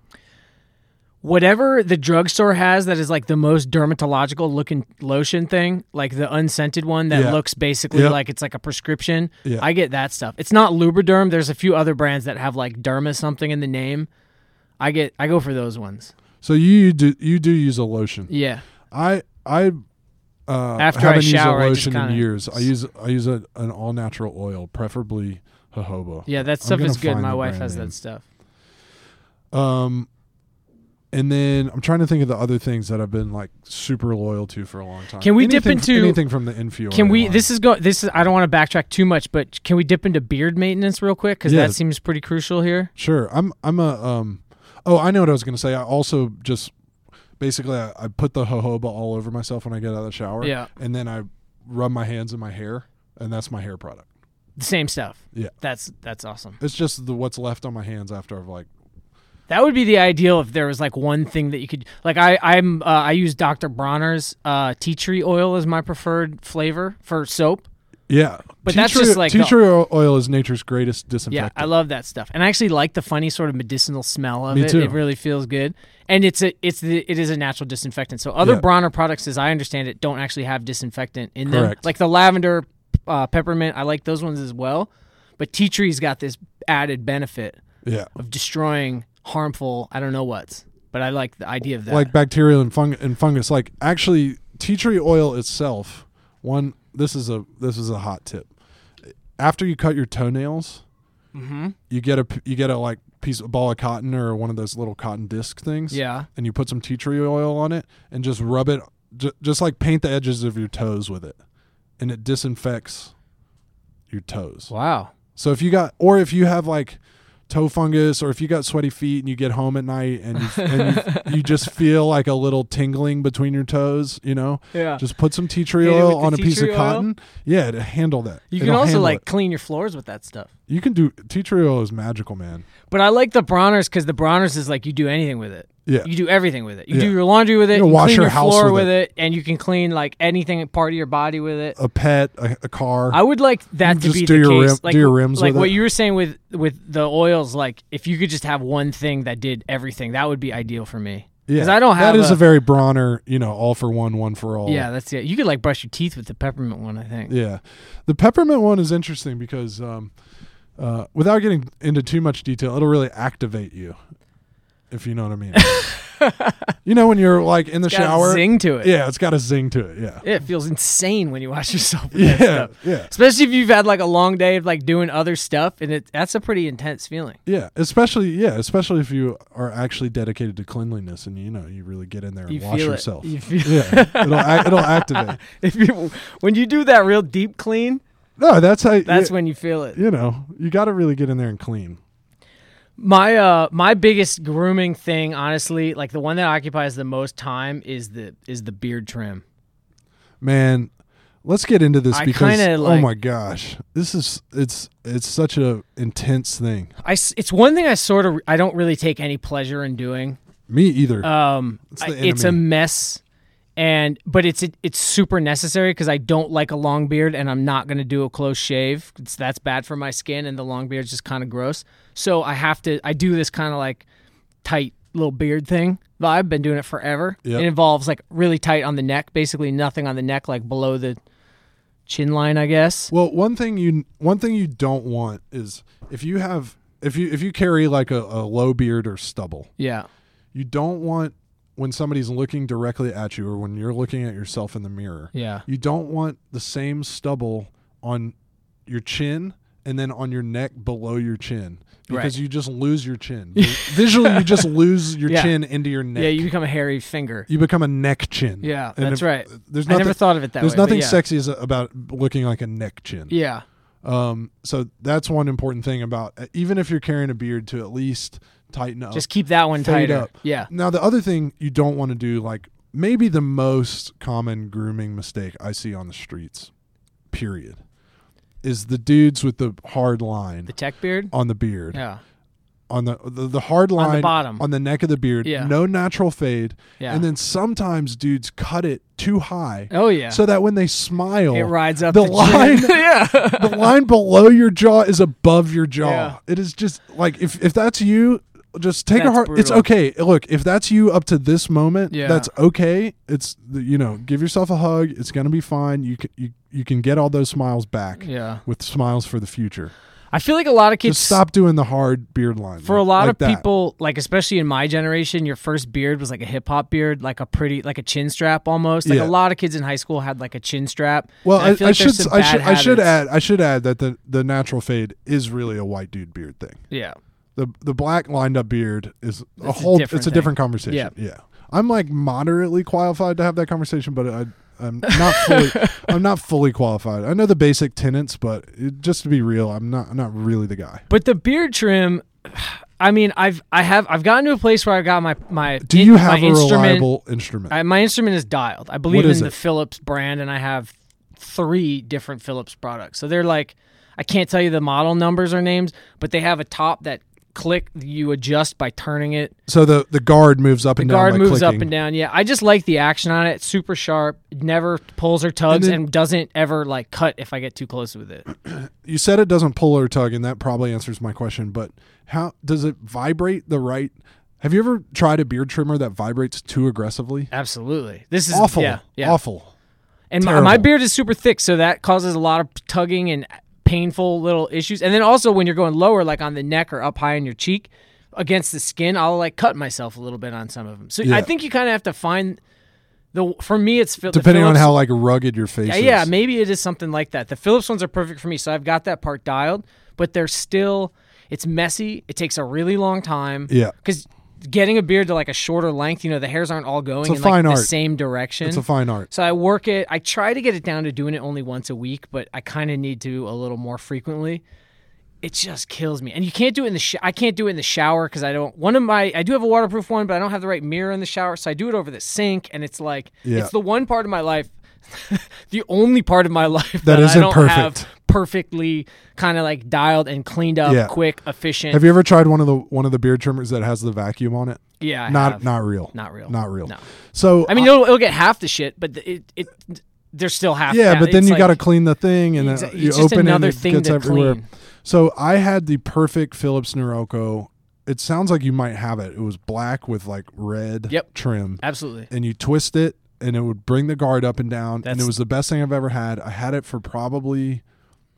whatever the drugstore has that is like the most dermatological looking lotion thing, like the unscented one that
Yeah.
looks basically
Yeah.
like it's like a prescription.
Yeah.
I get that stuff. It's not Lubriderm. There's a few other brands that have like derma something in the name. I get I go for those ones.
so you do you do use a lotion?
Yeah.
I I uh,
After I
haven't
shower, I
used
just
a lotion in
kinda-
years. I use I use a, an all natural oil, preferably jojoba.
Yeah, that
I'm
stuff
gonna
is good.
find
My
the
wife
brand
has
name.
that stuff.
Um, and then I'm trying to think of the other things that I've been like super loyal to for a long time.
Can we dip
Anything-
into-
anything from the infield?
Can we this is go this is I don't want to backtrack too much, but can we dip into beard maintenance real quick cuz
Yeah.
that seems pretty crucial here?
Sure. I'm I'm a um. Oh, I know what I was gonna say. I also just basically I, I put the jojoba all over myself when I get out of the shower.
Yeah.
And then I rub my hands in my hair, and that's my hair product.
The same stuff.
Yeah.
That's that's awesome.
It's just the what's left on my hands after I've like
That would be the ideal if there was like one thing that you could like. I I'm uh, I use Dr. Bronner's uh, tea tree oil as my preferred flavor for soap.
yeah.
But
Tea
that's
tree-
just, like,
tea
the-
tree oil is nature's greatest
Yeah,
disinfectant.
I love that stuff, and I actually like the funny sort of medicinal smell of
Me
it.
too.
It really feels good, and it's a it's the it is a natural disinfectant. So other
Yeah.
Bronner products, as I understand it, don't actually have disinfectant in them.
Correct.
Like the lavender, uh, peppermint, I like those ones as well. But tea tree's got this added benefit
yeah.
of destroying harmful I don't know what's, but I like the idea of that.
like bacteria and, fung- and fungus. Like actually, tea tree oil itself. One, this is a this is a hot tip. After you cut your toenails, you get a p- you get a like piece of ball of cotton or one of those little cotton disc things.
yeah.
and you put some tea tree oil on it and just rub it, j- just like paint the edges of your toes with it, and it disinfects your toes.
Wow.
So if you got, or if you have like toe fungus, or if you got sweaty feet and you get home at night and you, and
[laughs]
you, you just feel like a little tingling between your toes, you know,
Yeah.
just put some tea tree
Hit it
oil
with the
on a
tea
piece of
tree oil?
cotton. Yeah, to handle that.
you can
It'll
also
handle
like
it.
clean your floors with that stuff.
you can do tea tree oil is magical, man.
But I like the Bronner's because the Bronner's is like you do anything with it.
Yeah,
You do everything with it. You
Yeah.
do your laundry with it.
You
You,
wash
clean
your
your,
house
floor
with
with it. and you can clean like anything part of your body with it.
a pet, a, a car.
I would like that to
just
be
do
the
your
case.
rim-
like
do your rims
like
with
what
it.
you were saying with with the oils. Like if you could just have one thing that did everything, that would be ideal for me.
yeah,
Because I don't have
that is
a-
a very Bronner, you know, all for one, one for all.
Yeah, that's it. You could like brush your teeth with the peppermint one. I think.
Yeah, the peppermint one is interesting because um, uh, without getting into too much detail, it'll really activate you, if you know what I
[laughs]
mean. you know when you're like in the
Got a
shower.
zing to it.
Yeah, it's got a zing to it. Yeah,
It feels insane when you wash yourself. With
yeah,
that stuff.
yeah,
Especially if you've had like a long day of like doing other stuff, and it that's a pretty intense feeling.
yeah. Especially yeah, especially if you are actually dedicated to cleanliness and you know you really get in there and
You
wash
feel
yourself.
it. You feel
[laughs] yeah, it'll ac- it'll activate.
[laughs] if you when you do that real deep clean,
No, that's how.
that's
you,
when you feel it.
you know you got to really get in there and clean.
My uh my biggest grooming thing, honestly, like the one that occupies the most time is the is the beard trim.
man let's get into this
I
because
kinda
oh
like-
my gosh this is it's it's such a intense thing
I s- it's one thing I sort of I don't really take any pleasure in doing.
me either
Um,
It's
I-
the
it's, a
enemy.
mess, and but it's it's super necessary because I don't like a long beard, and I'm not gonna do a close shave. It's, that's bad for my skin, and the long beard's just kind of gross. So I have to I do this kind of like tight little beard thing. But I've been doing it forever.
Yep.
It involves like really tight on the neck, basically nothing on the neck, like below the chin line, I guess.
well one thing you one thing you don't want is if you have if you if you carry like a, a low beard or stubble
Yeah.
you don't want when somebody's looking directly at you or when you're looking at yourself in the mirror
Yeah.
you don't want the same stubble on your chin and then on your neck below your chin because you just lose your chin
[laughs]
visually you just lose your
Yeah.
chin into your neck
Yeah, you become a hairy finger.
you become a neck chin.
Yeah,
And if-
that's right.
There's
I
nothing.
never thought of it that
there's
way. but
nothing
yeah.
sexy as, about looking like a neck chin.
Yeah.
Um. So that's one important thing about even if you're carrying a beard to at least tighten up,
Just keep that one
Oh. fade
tighter.
up.
Yeah.
Now the other thing you don't want to do, like maybe the most common grooming mistake I see on the streets, period, is the dudes with the hard line
The tech beard?
on the beard,
Yeah.
on the, the the hard line
bottom.
on the neck of the beard,
Yeah.
no natural fade,
Yeah.
and then sometimes dudes cut it too high.
oh, yeah.
So that when they smile,
it rides up
the
the, chin.
line-
[laughs] yeah.
[laughs] the line below your jaw is above your jaw.
Yeah.
It is just like if if that's you, just take a
That's
hard. It's
brutal.
okay. Look, if that's you up to this moment,
Yeah.
that's okay. It's you know, give yourself a hug. It's gonna be fine. You can you you can get all those smiles back.
Yeah.
With smiles for the future.
I feel like a lot of kids
Just stop doing the hard beard line.
For a
like-
lot
like
of
that.
people, like especially in my generation, your first beard was like a hip hop beard, like a pretty, like a chin strap almost. Like
Yeah.
a lot of kids in high school had like a chin strap.
Well,
And
I,
feel
I
like
should
there's some
I should
bad
I should
habits.
add I should add that the the natural fade is really a white dude beard thing.
Yeah,
the the black lined up beard is a
a
whole
different
it's a
thing.
different conversation
Yeah.
yeah i'm like moderately qualified to have that conversation but i i'm not
[laughs]
fully i'm not fully qualified i know the basic tenets but it, just to be real i'm not I'm not really the guy
but the beard trim. [sighs] I mean, I've I have I've gotten to a place where I've got my my.
do
in-
you
my
have a
instrument,
reliable instrument
I, my instrument is dialed. I believe
What is
in the
it?
Philips brand, and I have three different Philips products. So they're like, I can't tell you the model numbers or names, but they have a top that click you adjust by turning it
so the the guard moves up and down
guard
by
moves up
clicking.
and down. Yeah, I just like the action on it. Super sharp, never pulls or tugs,
And
and,
then-
doesn't ever like cut if I get too close with it.
you said it doesn't pull or tug and that probably answers my question but how does it vibrate the right have you ever tried a beard trimmer that vibrates too aggressively
Absolutely, this is
awful
Yeah, yeah.
awful
and my,
terrible.
my beard is super thick, so that causes a lot of tugging and painful little issues. And then also when you're going lower, like on the neck or up high in your cheek, against the skin, I'll like cut myself a little bit on some of them. So
Yeah.
I think you kind of have to find the. For me, it's Phil- the
depending on
Philips-
how like rugged your face
Yeah,
is
yeah, maybe it is something like that. The Phillips ones are perfect for me, so I've got that part dialed, but they're still it's messy. It takes a really long time.
Yeah.
Cuz getting a beard to like a shorter length, you know, the hairs aren't all going
a
in like
fine
the
art.
same direction.
it's a fine art
so I work it. I try to get it down to doing it only once a week, but I kind of need to a little more frequently. It just kills me. And you can't do it in the sh- I can't do it in the shower cuz I don't one of my I do have a waterproof one, but I don't have the right mirror in the shower, so I do it over the sink and it's like
Yeah.
it's the one part of my life [laughs] the only part of my life that,
isn't
I don't
perfect.
have perfectly kind of like dialed and cleaned up,
Yeah.
quick, efficient.
Have you ever tried one of the one of the beard trimmers that has the vacuum on it?
yeah, I
not
have.
not real.
Not real.
Not real.
No.
So uh,
I mean, it'll, it'll get half the shit, but the- it it there's still half.
yeah, but then
it's
you
like-
got to clean the thing and
Exa-
then you
it's just
open it and
another
it
thing
gets
to
everywhere.
clean.
So I had the perfect Philips Norelco. It sounds like you might have it. It was black with like red
Yep.
trim.
absolutely.
and you twist it and it would bring the guard up and down and it
That's-
was the best thing i've ever had i had it for probably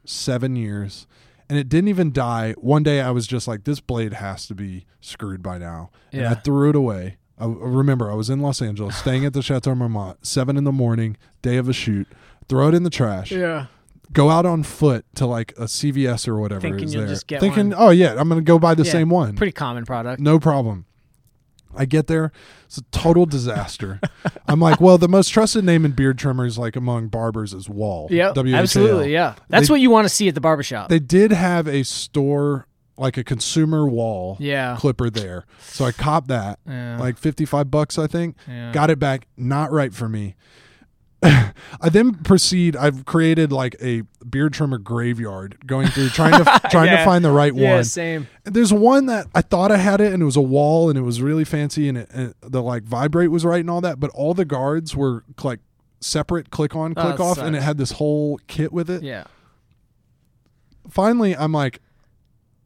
seven years and it didn't even die one day i was just like this blade has to be screwed by now and i
Yeah.
threw it away I, I remember i was in los angeles staying at the chateau marmont seven in the morning day of a shoot throw it in the trash
Yeah,
go out on foot to like a cvs or whatever
Thinking
is
you'll
there
just get
thinking
one.
oh yeah i'm gonna go buy the
Yeah,
same one
pretty common product.
no problem. I get there. It's a total disaster. [laughs] I'm like, well, the most trusted name in beard trimmers, like among barbers, is Wall.
Yeah,
W H A L.
absolutely. Yeah, that's
They-
what you want to see at the barbershop.
They did have a store, like a consumer Wall
yeah,
clipper there. So I copped that,
yeah,
like 55 bucks, I think.
yeah.
Got it back. Not right for me. [laughs] I then proceed. I've created like a beard trimmer graveyard, going through trying to
[laughs]
trying to
Yeah.
find the right
yeah,
one.
same.
There's one that I thought I had it, and it was a wall, and it was really fancy, and, it, and the like vibrate was right and all that, but all the guards were like separate, click on,
Oh,
click
that
off, and it
sucks.
had this whole kit with it.
Yeah,
Finally, I'm like,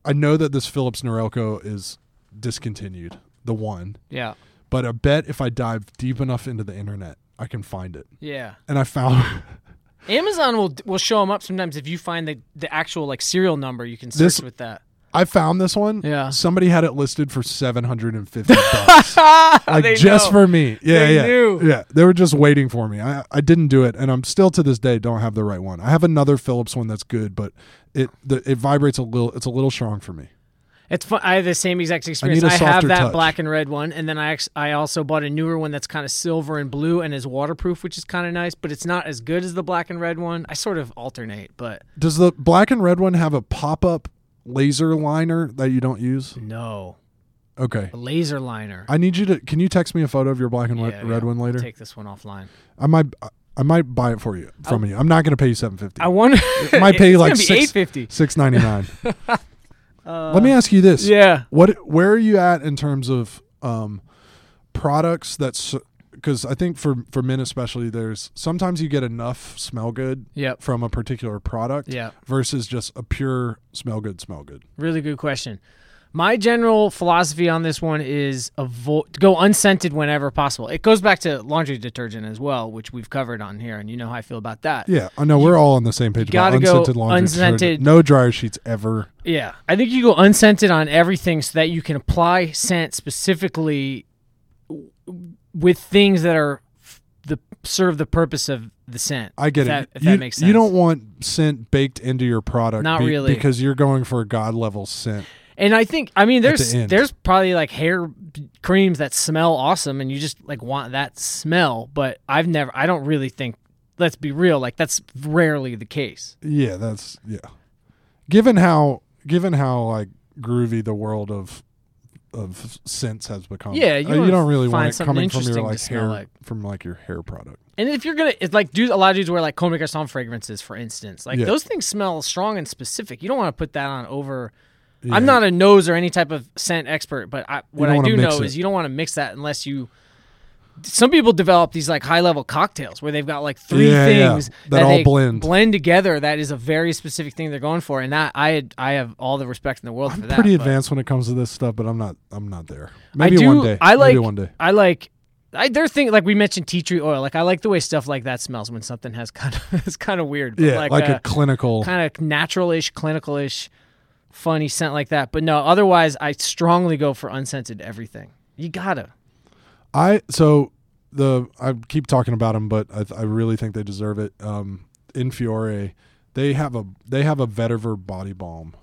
I know that this Phillips Norelco is discontinued, the one,
yeah,
but I bet if I dive deep enough into the internet, I can find it.
yeah.
And I found [laughs]
Amazon will will show them up sometimes if you find the the actual like serial number. You can search
This- [laughs]
with that.
I found this one.
Yeah.
Somebody had it listed for seven hundred and fifty bucks. like
[laughs] They
just
know.
for me. Yeah,
They
yeah,
knew.
yeah. They were just waiting for me. I I didn't do it, and I'm still to this day don't have the right one. I have another Phillips one that's good, but it the, it vibrates a little. It's a little strong for me.
It's fun. I have the same exact experience.
a
I, have
softer
that
touch.
black and red one, and then I ex- I also bought a newer one that's kind of silver and blue and is waterproof, which is kind of nice, but it's not as good as the black and red one. I sort of alternate, but
Does the black and red one have a pop up laser liner that you don't use?
no,
Okay.
A laser liner.
I need you to. Can you text me a photo of your black and
Yeah,
whi-
yeah.
red one later?
Take this one offline.
I might. I might buy it for you from you. I'm not going to pay you seven fifty.
I wonder.
It
[laughs]
might pay you
it's
like
gonna be
six-
eight fifty.
Six ninety
[laughs]
nine. Let me ask you this.
Yeah.
What? Where are you at in terms of um, products that's because I think for for men especially, there's sometimes you get enough smell good
Yep.
from a particular product
Yeah.
versus just a pure smell good, smell good.
Really good question. My general philosophy on this one is avoid go unscented whenever possible. It goes back to laundry detergent as well, which we've covered on here, and you know how I feel about that.
Yeah, I know we're all on the same page about
gotta go
unscented laundry.
unscented.
detergent. No dryer sheets ever.
Yeah, I think you go unscented on everything so that you can apply scent specifically w- with things that are f- the serve the purpose of the scent.
I get
if That,
it.
if
you,
that makes sense.
you don't want scent baked into your product
Not really.
because you're going for a god level scent.
And I think I mean there's
the end.
there's probably like hair b- creams that smell awesome and you just like want that smell, but I've never I don't really think let's be real, like that's rarely the case.
Yeah, that's yeah. Given how given how like groovy the world of of scents has become.
Yeah, you
uh,
wanna
you don't really want
find
it
something
coming from your
interesting to
like
smell
hair
like.
from like your hair product.
And if you're gonna it's like dudes a lot of dudes wear like Comme des Garçons fragrances, for instance. Like
Yeah.
those things smell strong and specific. You don't want to put that on over
Yeah.
I'm not a nose or any type of scent expert, but I, what
don't
I
wanna
do
mix
know
it.
is you don't want to mix that unless you. Some people develop these like high level cocktails where they've got like three
Yeah, yeah,
things
that all
they
blend.
blend together. That is a very specific thing they're going for, and that I I have all the respect in the world for that.
Pretty
but
advanced when it comes to this stuff, but I'm not I'm not there.
I
Maybe
do.
one day.
I like.
Maybe one day.
I like. I, there are things like we mentioned tea tree oil. Like I like the way stuff like that smells when something has kind of [laughs] it's kind of weird. But
Yeah, like,
uh,
a clinical
kind of natural-ish, clinical-ish, funny scent like that. But no, otherwise, I strongly go for unscented everything. You gotta. [laughs]
I so the I keep talking about them, but I, I really think they deserve it. Um, in Fiore, they have a they have a vetiver body balm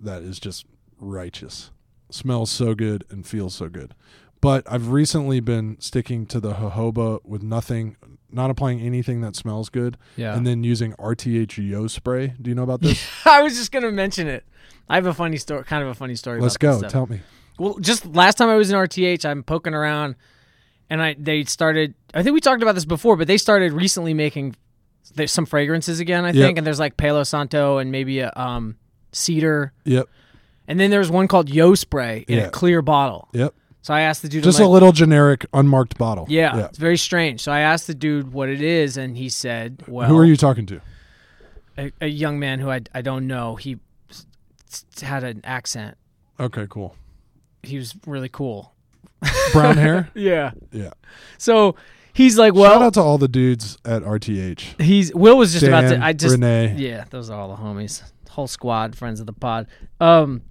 that is just righteous. Smells so good and feels so good. But I've recently been sticking to the jojoba with nothing, not applying anything that smells good,
Yeah.
and then using RTH Yo E spray. Do you know about
[laughs]
this?
I was just gonna mention it. I have a funny story, kind of a funny story.
Let's
about this
go.
stuff.
Tell me.
Well, just last time I was in RTH, I'm poking around, and I they started. I think we talked about this before, but they started recently making there's some fragrances again. I
Yep.
think, and there's like Palo Santo and maybe a um, cedar,
Yep.
and then there's one called Yo Spray in
Yeah.
a clear bottle.
Yep.
So I asked the dude, I'm
Just
like,
a little generic, unmarked bottle.
Yeah, it's very strange. So I asked the dude what it is, and he said, "Well,
Who are you talking to?
A, a young man who I, I don't know. He s- s- had an accent.
Okay, cool.
He was really cool.
Brown
[laughs]
hair?
Yeah.
Yeah.
So he's like,
Shout
well,
out to all the dudes at RTH.
he's Will was just about
Dan,
to. I just
Renee.
yeah, those are all the homies, whole squad, friends of the pod. Um.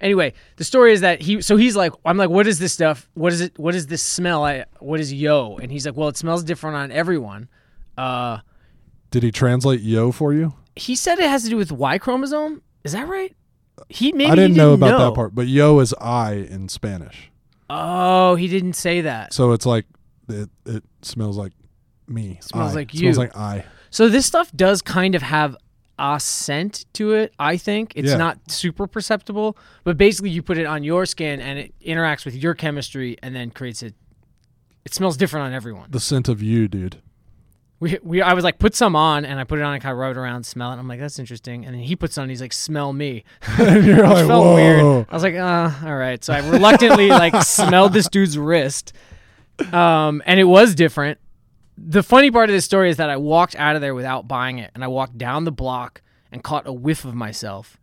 Anyway, the story is that he so he's like I'm like what is this stuff? What is it? What is this smell? I what is yo? And he's like, well, it smells different on everyone. Uh,
Did he translate yo for you?
he said it has to do with Y chromosome. Is that right? He maybe
I
he
didn't know about
know.
that part, but yo is I in Spanish.
Oh, he didn't say that.
So it's like it, it smells like me.
Smells
I.
like
Smells
you.
like I.
So this stuff does kind of have a scent to it. I think it's
Yeah.
not super perceptible, but basically you put it on your skin and it interacts with your chemistry and then creates a. It smells different on everyone.
The scent of you, dude.
[laughs]
[laughs]
We, we I was like put some on and I put it on and kind of rub it around, smell it. And I'm like that's interesting. And then he puts it on. he's like smell me.
and you're
It
like,
felt
whoa. [laughs]
weird. I was like, uh, all right. So I reluctantly like smelled this dude's wrist. Um, and it was different. The funny part of this story is that I walked out of there without buying it, and I walked down the block and caught a whiff of myself,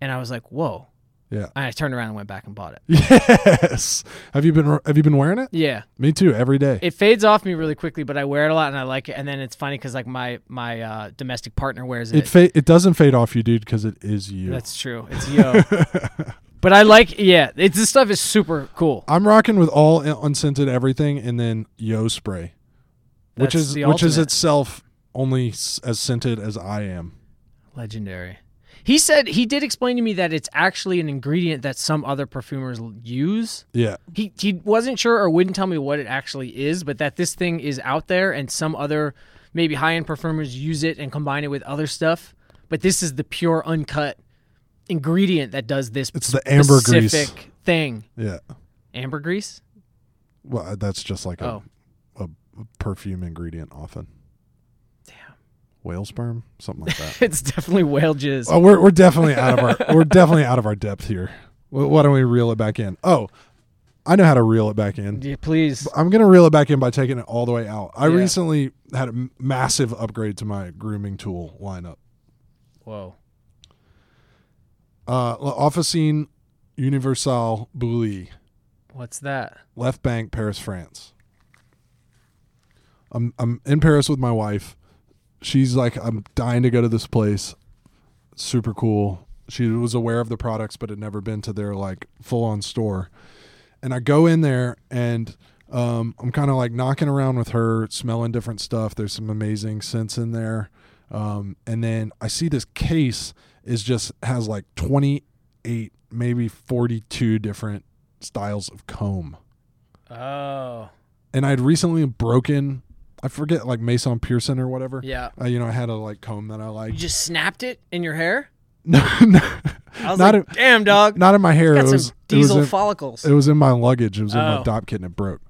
and I was like, "Whoa!"
Yeah.
And I turned around and went back and bought it.
Yes. Have you been have you been wearing it?
Yeah,
Me too. Every day.
it fades off me really quickly, but I wear it a lot and I like it. And then it's funny because like my my uh, domestic partner wears it.
It fa- it doesn't fade off you, dude, because it is you.
That's true.
[laughs]
It's yo. but I like yeah. It's this stuff is super cool.
I'm rocking with all unscented everything, and then yo spray, which
That's
is
the
which is
ultimate.
itself only s- as scented as I am.
Legendary. He said he did explain to me that it's actually an ingredient that some other perfumers l- use.
Yeah.
He he wasn't sure or wouldn't tell me what it actually is, but that this thing is out there and some other maybe high-end perfumers use it and combine it with other stuff, but this is the pure uncut ingredient that does this
It's the ambergrease.
specific thing.
Yeah.
Ambergris?
Well, uh, that's just like
Oh.
a, a perfume ingredient often.
Damn.
Whale sperm, something like
[laughs]
that.
[laughs] It's definitely whale jizz.
oh, we're we're definitely out of our we're definitely out of our depth here. Wh- Why don't we reel it back in? Oh, I know how to reel it back in.
Yeah, please.
I'm gonna reel it back in by taking it all the way out. I
Yeah.
recently had a m- massive upgrade to my grooming tool lineup.
Whoa.
Uh, La Officine Universal Bully,
What's that?
Left Bank, Paris, France. I'm I'm in Paris with my wife. She's like, I'm dying to go to this place. Super cool. She was aware of the products, but had never been to their like full on store. And I go in there and um, I'm kind of like knocking around with her, smelling different stuff. There's some amazing scents in there. Um, and then I see this case is just has like 28, maybe 42 different styles of comb
Oh.
and I'd recently broken, I forget like Maison Pearson or whatever.
Yeah.
Uh, you know, I had a like comb that I
You
liked.
just snapped it in your hair?
[laughs] No, no,
I was
Not
like, damn, dog.
not in my hair. It
got some
was, it was
diesel
in,
follicles.
it was in my luggage. It was in my
Oh.
dop kit and it broke.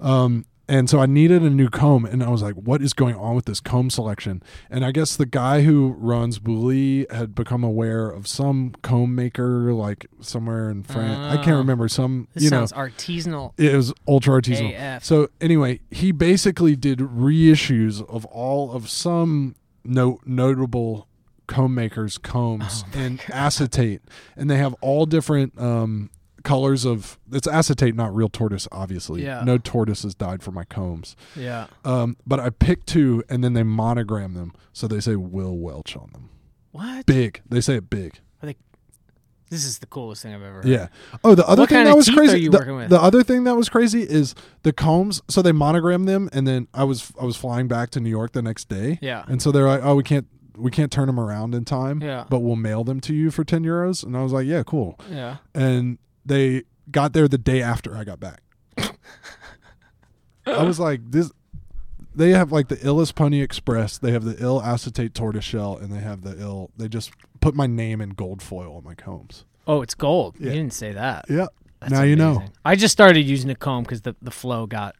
Um, and so I needed a new comb, and I was like, "What is going on with this comb selection?" And I guess the guy who runs Bouli had become aware of some comb maker, like somewhere in France. I can't
Oh.
remember some.
this
you know,
sounds artisanal.
It was ultra artisanal.
AF.
So anyway, he basically did reissues of all of some no- notable comb makers' combs in acetate, and they have all different um, colors of. It's acetate, not real tortoise, obviously.
Yeah.
No tortoises died for my combs.
Yeah.
Um, but I picked two, and then they monogram them, so they say Will Welch on them.
What?
Big. They say it big.
This is the coolest thing I've ever heard.
Yeah. Oh, the other
What
thing
kind
that
of
was
teeth
crazy.
are you
the,
working with?
the other thing that was crazy is the combs. So they monogram them, and then I was I was flying back to New York the next day,
Yeah.
and so they're like, "Oh, we can't we can't turn them around in time,
Yeah.
but we'll mail them to you for ten euros." And I was like, "Yeah, cool."
Yeah.
And they got there the day after I got back. I was like, "This." They have like the illest Pony Express. They have the ill acetate tortoiseshell, and they have the ill. They just put my name in gold foil on my combs.
Oh, it's gold.
Yeah.
You didn't say that.
Yeah.
That's
now you know.
amazing. I just started using a comb because the, the flow got,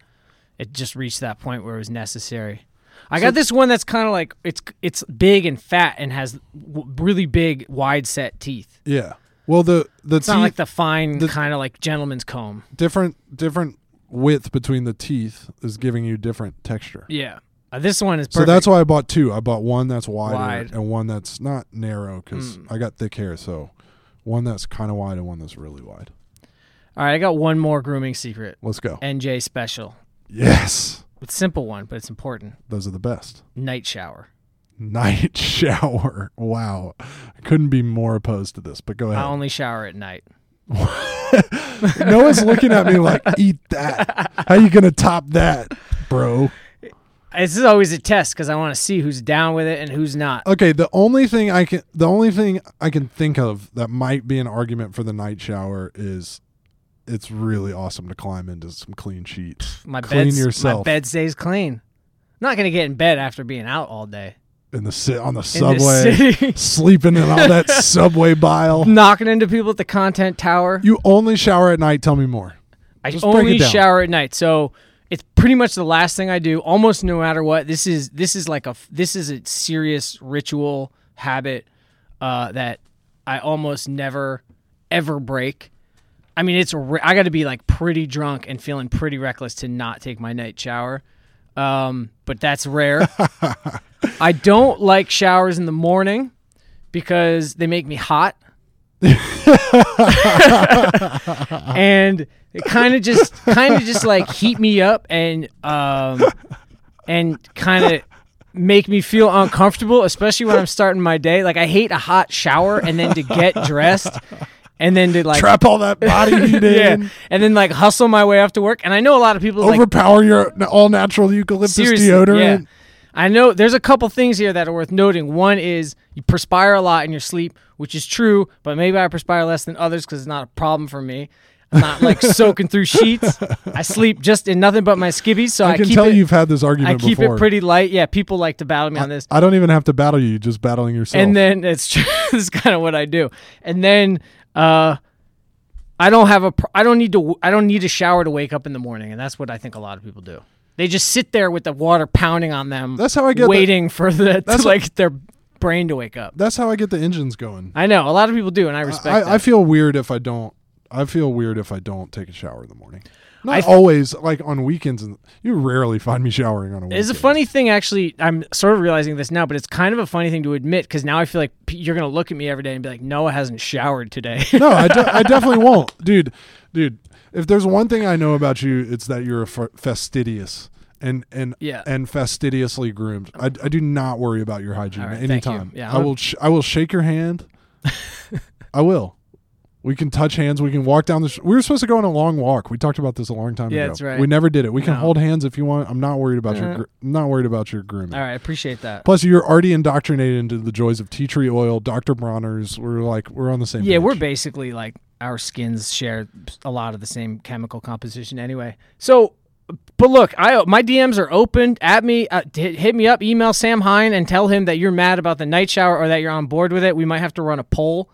it just reached that point where it was necessary. I got this one that's kind of like it's it's big and fat and has w- really big wide set teeth.
Yeah. Well, the the
It's
teeth
not like the fine
the-
kind of like gentleman's comb.
different different width between the teeth is giving you different texture.
Yeah, Uh, this one is perfect.
So that's why I bought two. I bought one that's wider
Wide. Mm.
and one that's not narrow because I got thick hair. So one that's kind of wide and one that's really wide.
all right. I got one more grooming secret.
Let's go.
NJ special.
Yes,
It's a simple one, but it's important.
those are the best.
Night shower.
Night [laughs] shower. Wow, I couldn't be more opposed to this. But go
I
ahead.
only shower at night.
Noah's looking at me like, "Eat that. How you gonna top that, bro?"
This is always a test because I want to see who's down with it and who's not.
Okay, the only thing I can the only thing I can think of that might be an argument for the night shower is it's really awesome to climb into some clean sheets.
[sighs] My
clean
bed's, My
yourself
bed stays clean. not gonna get in bed after being out all day
in the sit on the
in the
subway,
city, [laughs]
sleeping in all that subway bile.
knocking into people at the content tower.
You only shower at night. Tell me more.
I
Just break
only
it down.
shower at night, so it's pretty much the last thing I do, almost no matter what. This is this is like a f- this is a serious ritual habit uh, that I almost never ever break. I mean, it's re- I got to be like pretty drunk and feeling pretty reckless to not take my night shower, um, but that's rare. I don't like showers in the morning because they make me hot. and it kind of just kind of just like heat me up and um and kind of make me feel uncomfortable especially when i'm starting my day like i hate a hot shower and then to get dressed and then to like
Trap all that body heat
[laughs] yeah
in.
and then like hustle my way off to work and i know a lot of people like
Overpower your all natural eucalyptus
seriously yeah.
deodorant.
I know there's a couple things here that are worth noting. One is you perspire a lot in your sleep, which is true, but maybe I perspire less than others because it's not a problem for me. I'm
[laughs]
not like soaking through sheets. I sleep just in nothing but my skivvies, so I,
I can
keep
tell
it,
you've had this
I
argument
keep
before.
it pretty light. Yeah, people like to battle me on this.
I don't even have to battle you. You're just Oh.
[laughs]
battling yourself.
And then it's true. this is kind of what I do. And then uh I don't have a. pr- I don't need to. I don't need a shower to wake up in the morning, and that's what I think a lot of people do. They just sit there with the water pounding on them.
That's how I get the-
waiting for the [laughs] to,
That's-
like their brain to wake up.
That's how I get the engines going.
I know a lot of people do, and I respect. that.
I, I feel weird if I don't. I feel weird if I don't take a shower in the morning. Not
I f-
always, like on weekends. and You rarely find me showering on a weekend.
It's a funny thing, actually. I'm sort of realizing this now, but it's kind of a funny thing to admit because now I feel like p- you're going to look at me every day and be like, Noah hasn't showered today. [laughs]
no, I, de- I definitely won't, dude. Dude, if there's one thing I know about you, it's that you're a f- fastidious and and
Yeah.
and fastidiously groomed. I, I do not worry about your hygiene
All right,
at any
thank you.
time.
Yeah,
I
I'm-
will sh- I will shake your
[laughs]
hand. I will. We can touch hands. We can walk down the. Sh- we were supposed to go on a long walk. We talked about this a long time
Yeah,
ago.
that's right.
We never did it. We can
No.
hold hands if you want. I'm not worried about your.
Uh-huh.
Gr- I'm not worried about your grooming.
All right, I appreciate that.
Plus, you're already indoctrinated into the joys of tea tree oil, Dr. Bronner's. We're like, we're on the same.
Yeah,
page.
we're basically like our skins share a lot of the same chemical composition anyway. So, but look, I my DMs are open. At me, uh, hit, hit me up, email Sam Hine, and tell him that you're mad about the night shower or that you're on board with it. We might have to run a poll.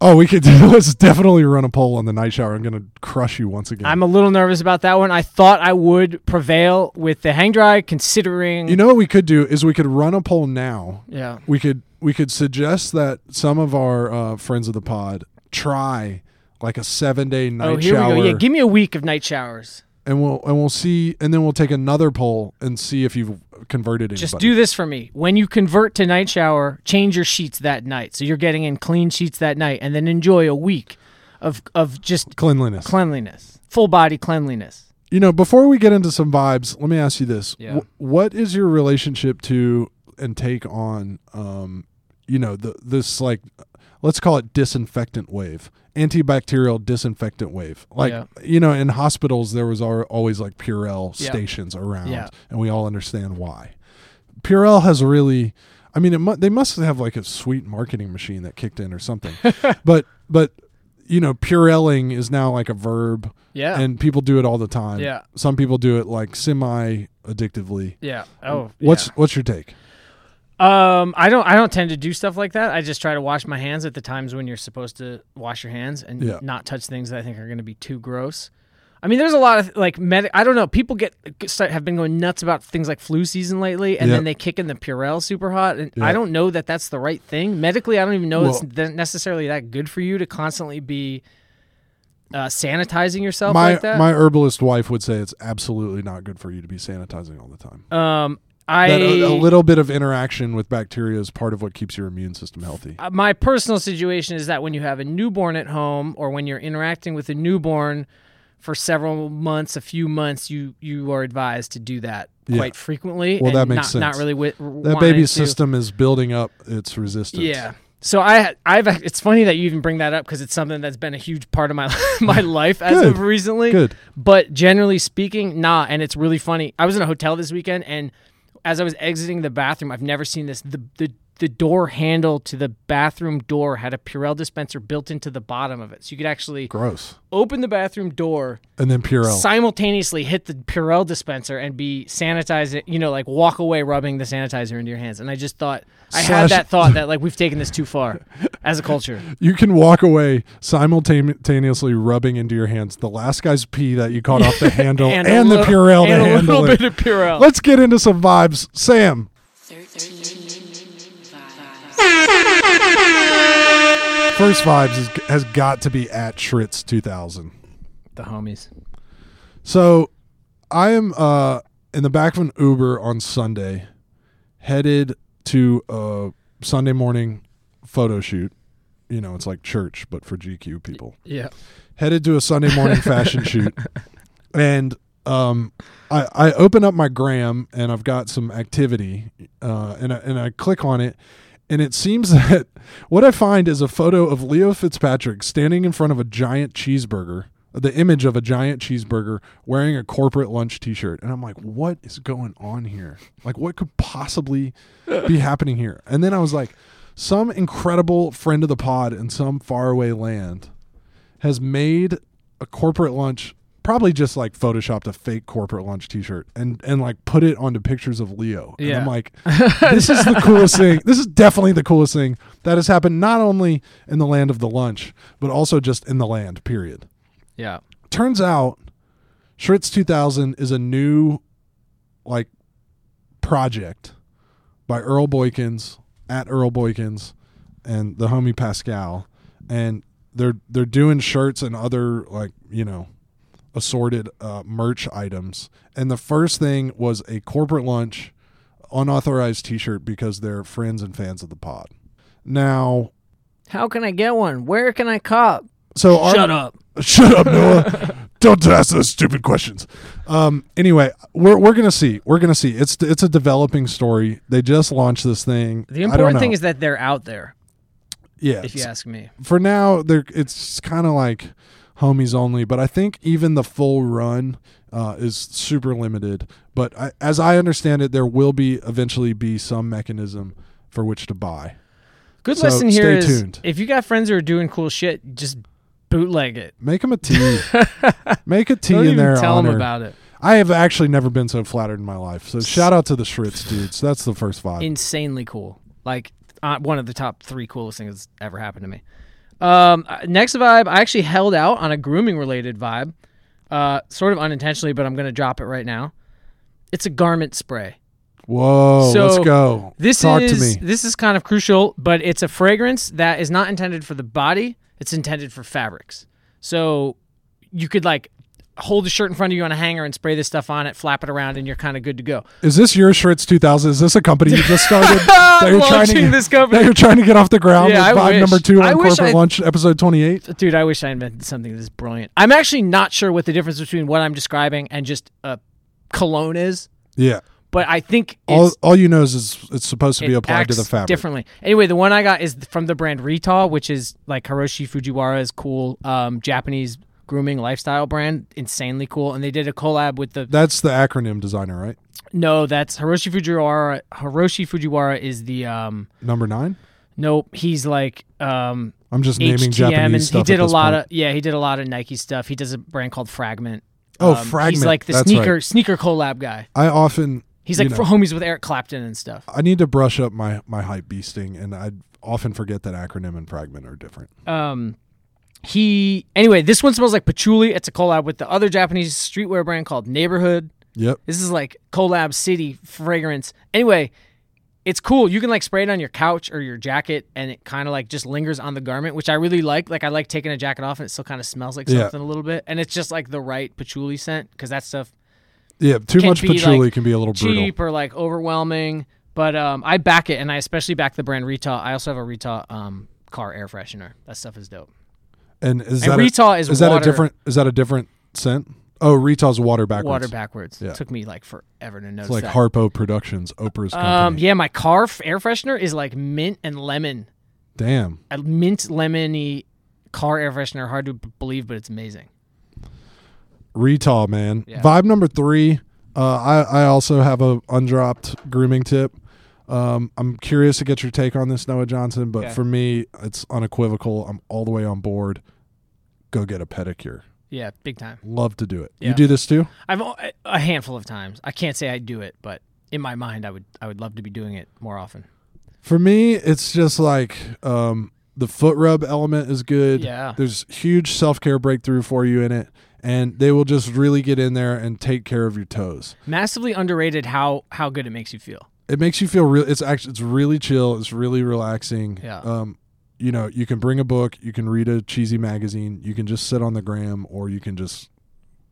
Oh, we could [laughs] let's definitely run a poll on the night shower. I'm gonna crush you once again.
I'm a little nervous about that one. I thought I would prevail with the hang dry, considering
you know what we could do is we could run a poll now.
Yeah.
We could we could suggest that some of our uh, friends of the pod try like a seven day night
Oh, here
shower,
we go. Yeah, give me a week of night showers.
and we'll and we'll see, and then we'll take another poll and see if you've converted anybody.
Just do this for me. When you convert to night shower, change your sheets that night. So you're getting in clean sheets that night and then enjoy a week of of just
cleanliness.
cleanliness. Full body cleanliness.
you know, before we get into some vibes, let me ask you this:
Yeah.
Wh- What is your relationship to and take on, um, you know, the this like, let's call it disinfectant wave, antibacterial disinfectant wave. Like,
Yeah.
you know, in hospitals there was al- always like Purell
Yeah.
stations around,
Yeah.
and we all understand why. Purell has really, I mean, it mu- they must have like a sweet marketing machine that kicked in or something,
[laughs]
but but. You know, Purelling is now like a verb
Yeah.
and people do it all the time.
Yeah.
Some people do it like semi addictively.
yeah. Oh.
What's what's your take?
um I don't I don't tend to do stuff like that. I just try to wash my hands at the times when you're supposed to wash your hands and
Yeah.
not touch things that I think are going to be too gross. I mean, there's a lot of like med. I don't know. People get start, have been going nuts about things like flu season lately, and
Yeah.
then they kick in the Purell super hot. And
Yeah.
I don't know that that's the right thing medically. I don't even know it's
Well-
th- necessarily that good for you to constantly be uh, sanitizing yourself
My
like that.
my herbalist wife would say it's absolutely not good for you to be sanitizing all the time.
um, I
That uh, a, a little bit of interaction with bacteria is part of what keeps your immune system healthy.
Uh, my personal situation is that when you have a newborn at home or when you're interacting with a newborn for several months, a few months, you you are advised to do that
Yeah.
quite frequently.
Well,
and
that makes
not, Not
sense.
really with
That baby's system is building up its resistance.
Yeah. So I I've it's funny that you even bring that up because it's something that's been a huge part of my [laughs]
[laughs]
my life as
Good.
of recently.
Good.
But generally speaking, nah. And it's really funny. I was in a hotel this weekend, and as I was exiting the bathroom, I've never seen this. The the the door handle to the bathroom door had a Purell dispenser built into the bottom of it, so you could actually
Gross.
open the bathroom door,
And then Purell.
simultaneously hit the Purell dispenser, and be sanitizing. You know, like walk away rubbing the sanitizer into your hands. And I just thought I
Slash-
had that thought that like we've taken this too far as a
[laughs]
culture.
you can walk away simultaneously rubbing into your hands the last guy's pee that you caught off
[laughs]
the handle and,
a
the
little-
Purell
and
to
a
handle
little
it.
bit of Purell.
Let's get into some vibes. Sam,
13 vibes.
First vibes is, has got to be at Schritz 2000.
the homies.
So I am uh, in the back of an Uber on Sunday, headed to a Sunday morning photo shoot. You know, it's like church, but for GQ people.
Yeah.
Headed to a Sunday morning fashion shoot, and um, I, I open up my gram and I've got some activity, uh, and I, and I click on it, and it seems [laughs] that what I find is a photo of Leo Fitzpatrick standing in front of a giant cheeseburger, the image of a giant cheeseburger wearing a corporate lunch T-shirt, and I'm like, what is going on here? Like, what could possibly be happening here? And then I was like, some incredible friend of the pod in some faraway land has made a corporate lunch probably just like photoshopped a fake corporate lunch t-shirt and and like put it onto pictures of Leo. And
Yeah.
I'm like this is the coolest thing. This is definitely the coolest thing that has happened not only in the land of the lunch, but also just in the land, period.
Yeah.
Turns out Schritz 2000 is a new like project by Earl Boykins at Earl Boykins and the homie Pascal and they're they're doing shirts and other like you know assorted uh, merch items and the first thing was a corporate lunch unauthorized t-shirt because they're friends and fans of the pod now
How can I get one? Where can I cop?
so our,
Shut up.
Shut up, Noah. Don't ask those stupid questions. Um, anyway, we're we're gonna see. We're gonna see. It's it's a developing story. They just launched this thing.
The important thing is that they're out there,
yeah.
if you ask me.
For now, they're it's kind of like homies only. But I think even the full run uh, is super limited. But I, as I understand it, there will be eventually be some mechanism for which to buy.
Good
So,
lesson here
stay
is
tuned.
if you got friends who are doing cool shit, just bootleg it.
Make them a
[laughs]
tea. Make a tea
Don't
in
even
there.
tell them
honor.
about it.
I have actually never been so flattered in my life. So shout out to the Schritz dudes. That's the first vibe.
Insanely cool. Like uh, one of the top three coolest things that's ever happened to me. Um, uh, next vibe, I actually held out on a grooming related vibe, uh, sort of unintentionally, but I'm going to drop it right now. It's a garment spray.
Whoa,
So,
let's go.
This
Talk
is
to me.
this is kind of crucial, but it's a fragrance that is not intended for the body. It's intended for fabrics. So you could like hold the shirt in front of you on a hanger and spray this stuff on it, flap it around, and you're kind of good to go.
Is this your Schritz 2000? Is this a company you just
[laughs]
started? that
I'm launching
to,
this company.
That you're trying to get off the ground
Yeah,
with vibe
I wish.
number two on
I wish
Corporate
I-
Lunch, episode 28?
Dude, I wish I invented something this brilliant. I'm actually not sure what the difference between what I'm describing and just a cologne is,
Yeah.
but I think
All,
it's,
all you know is it's, it's supposed to be
it
applied to
acts
the fabric.
differently. Anyway, the one I got is from the brand Rita, which is like Hiroshi Fujiwara's cool um, Japanese grooming lifestyle brand. Insanely cool, and they did a collab with the.
That's the acronym designer, right?
No, that's Hiroshi Fujiwara. Hiroshi Fujiwara is the. Um,
Number nine?
nope, he's like. Um,
I'm just naming
HTM,
Japanese
and
stuff.
he did
at
a
this
lot
point.
of yeah, he did a lot of Nike stuff. He does a brand called Fragment. Um,
Oh,
He's
Fragment,
like the
that's
sneaker
right.
sneaker collab guy.
I often.
He's
you
like
know,
for homies with Eric Clapton and stuff.
I need to brush up my, my hype beasting, and I often forget that acronym and fragment are different.
Um, he anyway, this one smells like patchouli. It's a collab with the other Japanese streetwear brand called Neighborhood.
Yep.
This is like collab city fragrance. Anyway, it's cool. You can like spray it on your couch or your jacket, and it kind of like just lingers on the garment, which I really like. Like I like taking a jacket off, and it still kind of smells like
Yeah.
something a little bit, and it's just like the right patchouli scent because that stuff
Yeah, too
can
much
be,
patchouli
like,
can be a little brutal.
cheap or like overwhelming. But um, I back it, and I especially back the brand Rita. I also have a Rita um, car air freshener. That stuff is dope.
And is
and
that
Rita
a,
is
is that
water-
a different is that a different scent? Oh, Rita's water backwards.
Water backwards.
Yeah.
Took me like forever to notice
It's like
that.
Harpo Productions, Oprah's
um,
company.
yeah, my car f- air freshener is like mint and lemon,
Damn.
a mint lemony car air freshener. Hard to b- believe, but it's amazing.
Rita, man.
Yeah.
Vibe number three. Uh, I, I also have a undropped grooming tip. Um, I'm curious to get your take on this, Noah Johnson, but
Okay.
for me, it's unequivocal. I'm all the way on board. Go get a pedicure.
Yeah, big time.
Love to do it.
Yeah.
You do this too?
I've o- a- a handful of times. I can't say I do it, but in my mind, I would I would love to be doing it more often.
For me, it's just like um, the foot rub element is good.
Yeah.
There's huge self care breakthrough for you in it. And they will just really get in there and take care of your toes.
Massively underrated how how good it makes you feel.
It makes you feel real. It's actually, it's really chill. It's really relaxing.
Yeah.
Um, you know, you can bring a book, you can read a cheesy magazine, you can just sit on the gram, or you can just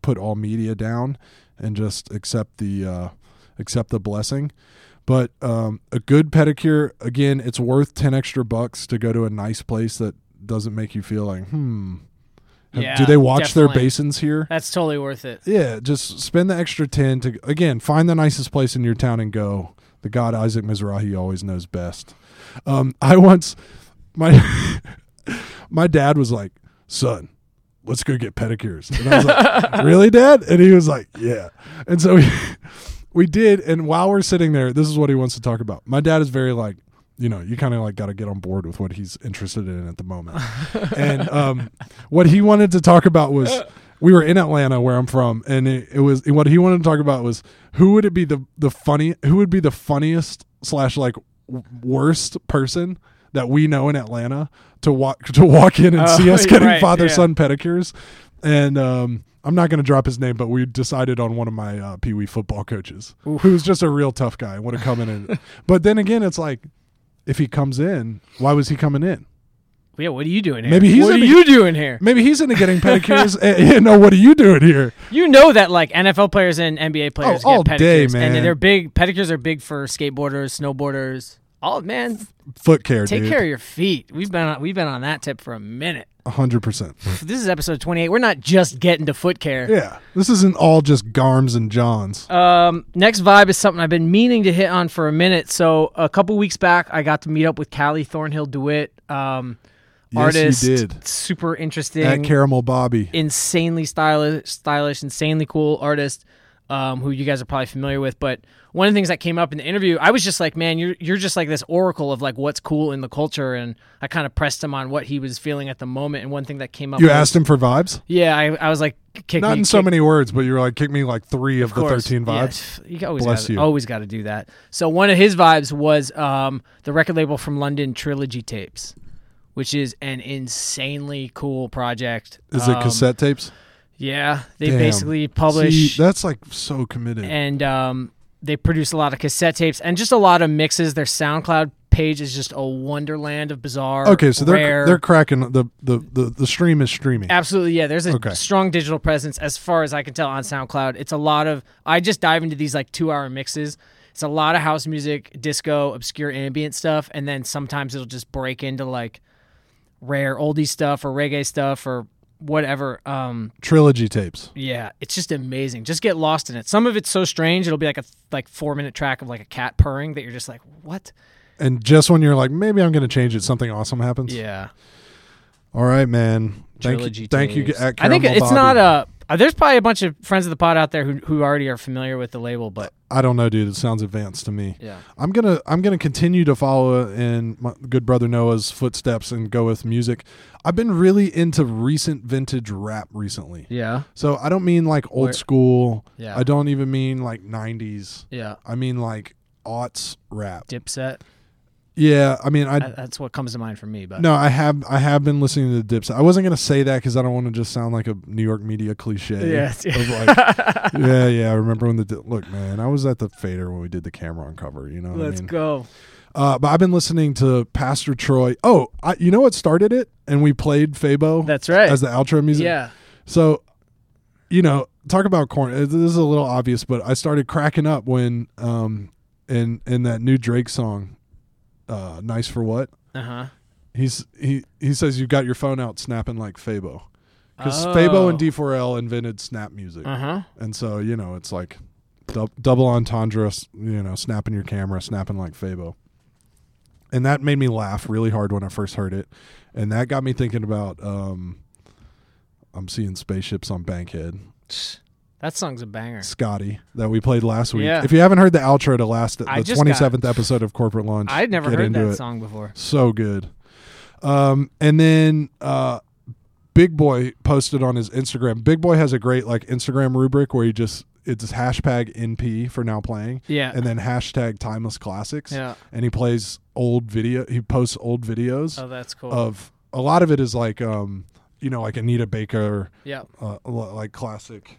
put all media down and just accept the uh, accept the blessing. But um, a good pedicure, again, it's worth ten extra bucks to go to a nice place that doesn't make you feel like, hmm. have-
Yeah,
do they watch their
definitely.
basins here?
That's totally worth it.
Yeah, just spend the extra ten to again find the nicest place in your town and go. The god Isaac Mizrahi always knows best. Um, [laughs] I once my [laughs] my dad was like, "Son, let's go get pedicures," and I was like, "Really, Dad?" And he was like, "Yeah." And so we, [laughs] we did. And while we're sitting there, this is what he wants to talk about. My dad is very like, you know, you kind of like got to get on board with what he's interested in at the moment. and um, what he wanted to talk about was we were in Atlanta where I'm from, and it, it was what he wanted to talk about was who would it be the the funny who would be the funniest slash like w- worst person that we know in Atlanta to walk to walk in and
Oh,
see
[laughs]
us getting
right,
father
yeah.
son pedicures, and um. I'm not going to drop his name, but we decided on one of my uh, Pee Wee football coaches, who's just a real tough guy. Would have come in,
[laughs]
and, but then again, it's like if he comes in, why was he coming in?
Yeah, what are you doing here?
Maybe he's
what are
in the-
you doing here?
Maybe he's into
[laughs]
getting pedicures. and, you know, what are you doing here?
You know that like NFL players and NBA players
Oh, all
get pedicures,
day, man.
and they're big. Pedicures are big for skateboarders, snowboarders. All man,
Foot care,
take
dude.
care of your feet. We've been on, we've been on that tip for a minute.
hundred
[laughs]
percent.
This is episode twenty eight. We're not just getting to foot care.
Yeah, this isn't all just Garms and Johns.
Um, next vibe is something I've been meaning to hit on for a minute. So a couple weeks back, I got to meet up with Callie Thornhill Dewitt, um,
you
artist,
did.
super interesting,
At Caramel Bobby,
insanely stylish, stylish, insanely cool artist um, who you guys are probably familiar with. But one of the things that came up in the interview, I was just like, man, you're you're just like this oracle of like what's cool in the culture, and I kind of pressed him on what he was feeling at the moment. And one thing that came up,
you
was-
asked him for vibes.
yeah, I, I was like, kick
Not
me,
in so
kick-
many words, but you were like, "Kick me like three of, the
course.
thirteen vibes."
Yes. You always
Bless
gotta,
you.
Always got to do that. So one of his vibes was um, the record label from London, Trilogy Tapes, which is an insanely cool project.
Is it
Um,
cassette tapes?
Yeah, they
Damn.
basically publish
See, that's like so committed.
and um, they produce a lot of cassette tapes and just a lot of mixes. Their SoundCloud page is just a wonderland of bizarre.
okay, so they're
rare,
they're cracking the the the, the stream is streaming.
Absolutely, yeah. There's a
Okay.
strong digital presence as far as I can tell on SoundCloud. It's a lot of I just dive into these like two hour mixes. It's a lot of house music, disco, obscure ambient stuff, and then sometimes it'll just break into like rare oldie stuff or reggae stuff or whatever. Um,
Trilogy tapes.
yeah, it's just amazing. Just get lost in it. Some of it's so strange; it'll be like a like four minute track of like a cat purring that you're just like, what?
And just when you're like, maybe I'm going to change it, something awesome happens.
Yeah,
All right, man. Thank
trilogy
you. Thank you.
tapes.
At
I think
Caramel
it's
Bobby.
not a. uh, There's probably a bunch of friends of the pod out there who who already are familiar with the label, but
I don't know, dude. It sounds advanced to me.
yeah.
I'm gonna I'm gonna continue to follow in my good brother Noah's footsteps and go with music. I've been really into recent vintage rap recently.
Yeah.
So I don't mean like old
Where-
school.
Yeah.
I don't even mean like '90s.
Yeah.
I mean like aughts rap.
Dipset.
Yeah. I mean I,
That- That's what comes to mind for me. But
no I have I have been listening to the Dips. I wasn't gonna say that because I don't want to just sound like a New York media cliche.
[laughs] Yeah.
Of like, yeah, yeah. I remember when the Di- look, man. I was at the fader when we did the Cameron cover. You know. what [laughs] I
Let's
mean?
go.
Uh, but I've been listening to Pastor Troy. Oh, I, you know what started it? And we played Fabo
That's right.
as the outro music.
yeah.
So, you know, talk about corn. uh, This is a little obvious, but I started cracking up when um in in that new Drake song, uh, "Nice for What."
Uh huh.
He's he he says you got your phone out snapping like Fabo because Fabo
Oh.
and D4L invented snap music,
Uh huh.
and so you know it's like dub- double entendre. s- You know, snapping your camera, snapping like Fabo and that made me laugh really hard when I first heard it, and that got me thinking about um, I'm seeing spaceships on Bankhead,
That song's a banger.
Scotty that we played last week.
Yeah.
If you haven't heard the outro to last the
I just
27th episode of Corporate Launch,
I'd never
get
heard
into
that
it.
song before.
So good. Um, and then uh, Big Boy posted on his Instagram. Big Boy has a great like Instagram rubric where he just it's hashtag NP for now playing.
Yeah.
And then hashtag timeless classics.
Yeah.
And he plays old video. He posts old videos
Oh, that's cool.
of a lot of it is like um you know like Anita Baker
yeah.
uh, l- like classic.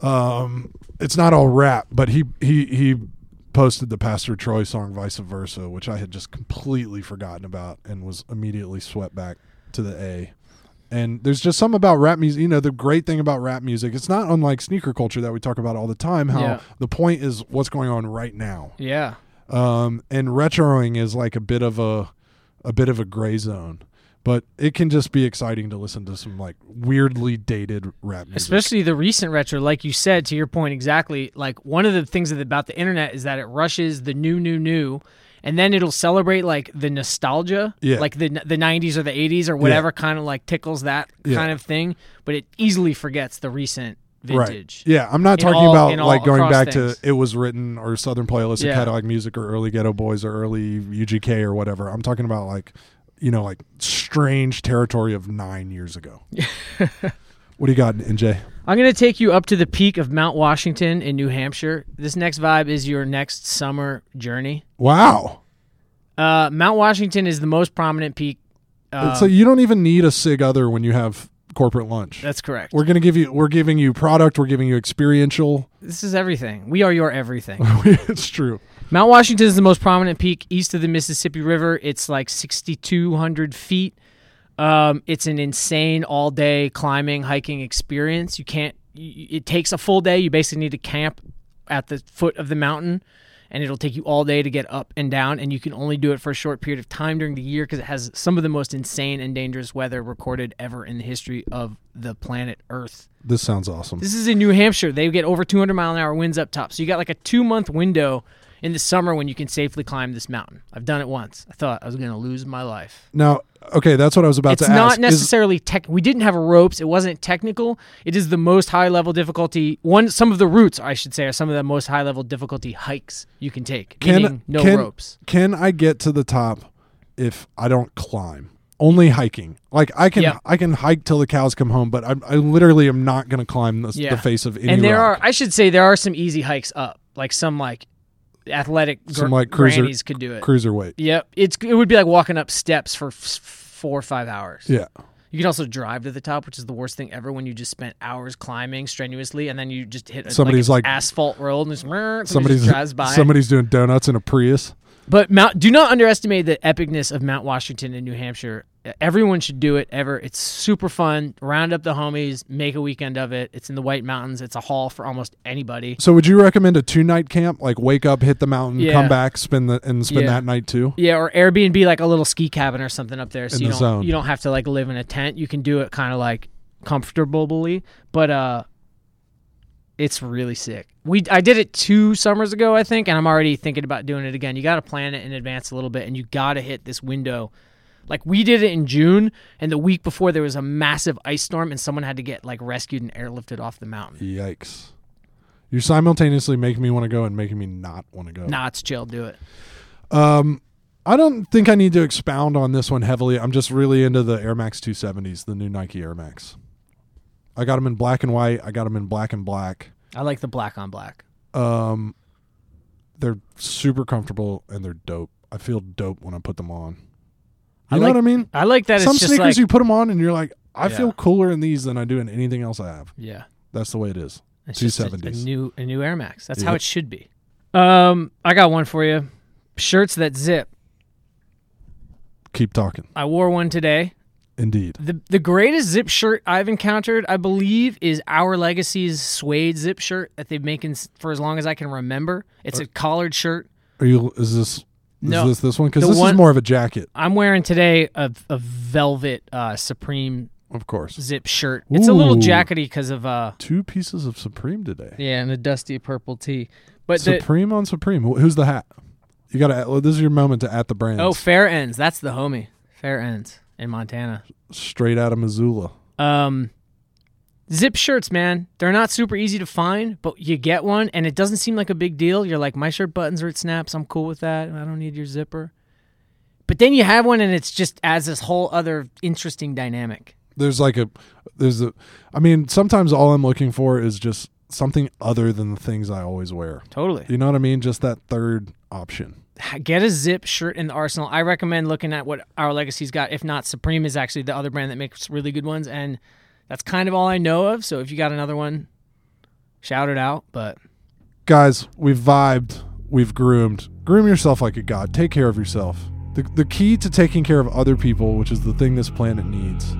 Um, it's not all rap, but he he he posted the Pastor Troy song "Vice Versa," which I had just completely forgotten about and was immediately swept back to the A. And there's just something about rap music. You know, the great thing about rap music, it's not unlike sneaker culture that we talk about all the time. How
Yeah.
the point is what's going on right now.
Yeah.
Um, and retroing is like a bit of a a bit of a gray zone. But it can just be exciting to listen to some like weirdly dated rap music.
Especially the recent retro, like you said, to your point exactly. Like one of the things about the internet is that it rushes the new, new, new, and then it'll celebrate like the nostalgia,
Yeah.
like the the '90s or the '80s or whatever kind of like tickles that
Yeah.
kind of thing. But it easily forgets the recent vintage.
Right. Yeah, I'm not
In
talking
all-
about
in all
like going
across
back
things.
to it was written or Southern Playlist or
Yeah.
Catalog Music or early Ghetto Boys or early UGK or whatever. I'm talking
[laughs]
about like you know like strange territory of nine years ago. What do you got, NJ?
I'm going to take you up to the peak of Mount Washington in New Hampshire. This next vibe is your next summer journey.
Wow.
Uh, Mount Washington is the most prominent peak. Uh,
so you don't even need a sig other when you have corporate lunch.
that's correct.
We're gonna give you. We're giving you product. We're giving you experiential. [laughs]
This is everything. We are your everything.
it's true.
Mount Washington is the most prominent peak east of the Mississippi River. It's like 6,200 feet. Um, it's an insane all day climbing, hiking experience. You can't, y- it takes a full day. You basically need to camp at the foot of the mountain, and it'll take you all day to get up and down. And you can only do it for a short period of time during the year because it has some of the most insane and dangerous weather recorded ever in the history of the planet Earth.
This sounds awesome.
This is in New Hampshire. They get over 200 mile an hour winds up top. So you got like a two month window in the summer when you can safely climb this mountain. I've done it once. I thought I was going to lose my life.
Now, okay, that's what I was about
It's
to ask.
not
Is-
necessarily tech. We didn't have ropes. It wasn't technical. It is the most high level difficulty. One, some of the routes I should say are some of the most high level difficulty hikes you can take.
Can-
meaning no
can-
ropes.
can I get to the top if I don't climb? Only hiking. Like I can,
Yeah.
I can hike till the cows come home, but I, I literally am not going to climb the,
Yeah.
the face of any.
And there
rock.
are, I should say, there are some easy hikes up, like some like athletic gr-
Some, like, cruiser-
grannies could do it.
cruiserweight.
Yep, it's it would be like walking up steps for f- four or five hours.
Yeah,
You can also drive to the top, which is the worst thing ever when you just spent hours climbing strenuously and then you just hit a,
Somebody's
like, an
like-
asphalt road and just, somebody just
somebody's
drives by.
somebody's doing donuts in a Prius.
But Mount, do not underestimate the epicness of Mount Washington in New Hampshire. Everyone should do it ever. It's super fun. Round up the homies, make a weekend of it. It's in the White Mountains. It's a haul for almost anybody.
So, would you recommend a two night camp? Like wake up, hit the mountain,
Yeah.
come back, spend the and spend
Yeah.
that night too.
Yeah, or Airbnb like a little ski cabin or something up there. So
In
you
the
don't
zone.
you don't have to like live in a tent. You can do it kind of like comfortably, but uh it's really sick. We I did it 2 summers ago, I think, and I'm already thinking about doing it again. You got to plan it in advance a little bit and you got to hit this window. Like we did it in June and the week before there was a massive ice storm and someone had to get like rescued and airlifted off the mountain.
Yikes! You're simultaneously making me want to go and making me not want to go.
Nah, it's chill, do it.
I don't think I need to expound on this one heavily. I'm just really into the Air Max 270s, the new Nike Air Max. I got them in black and white. I got them in black and black.
I like the black on black.
Um, they're super comfortable and they're dope. I feel dope when I put them on. You
I
know
like-
what I mean?
I like that
Some
it's just
sneakers
like
you put them on and you're like, I
Yeah.
feel cooler in these than I do in anything else I have.
yeah.
That's the way it is.
It's just a- A,
270s.
new a new Air Max. That's how
Yep.
it should be. Um, I got one for you. Shirts that zip.
Keep talking.
I wore one today.
Indeed.
The the greatest zip shirt I've encountered, I believe, is Our Legacy's suede zip shirt that they've been making s- for as long as I can remember. It's a collared shirt.
Are you? Is this?
No.
Is this this one? Because
The
this
one-
is more of a jacket,
I'm wearing today a, a velvet uh, Supreme
of course.
zip shirt. It's a little
Ooh.
jackety because of uh
Two pieces of Supreme today.
yeah, and a dusty purple tee. But the,
Supreme on Supreme. Wh- Who's the hat? You got to. This is your moment to at the brands.
oh, Fair Ends. That's the homie. Fair Ends in Montana.
straight out of Missoula.
Um, zip shirts, man. They're not super easy to find, but you get one and it doesn't seem like a big deal. You're like, my shirt buttons are at snaps. I'm cool with that. I don't need your zipper. But then you have one and it's just adds this whole other interesting dynamic.
There's like a. There's a. I mean, sometimes all I'm looking for is just something other than the things I always wear.
Totally.
You know what I mean? Just that third option.
Get a zip shirt in the arsenal. I recommend looking at what Our Legacy's got. If not, Supreme is actually the other brand that makes really good ones. And that's kind of all I know of. So if you got another one, shout it out. But
Guys, we've vibed. We've groomed. Groom yourself like a god. Take care of yourself. The, the key to taking care of other people, which is the thing this planet needs,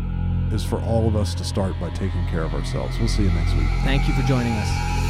is for all of us to start by taking care of ourselves. We'll see you next week.
thank you for joining us.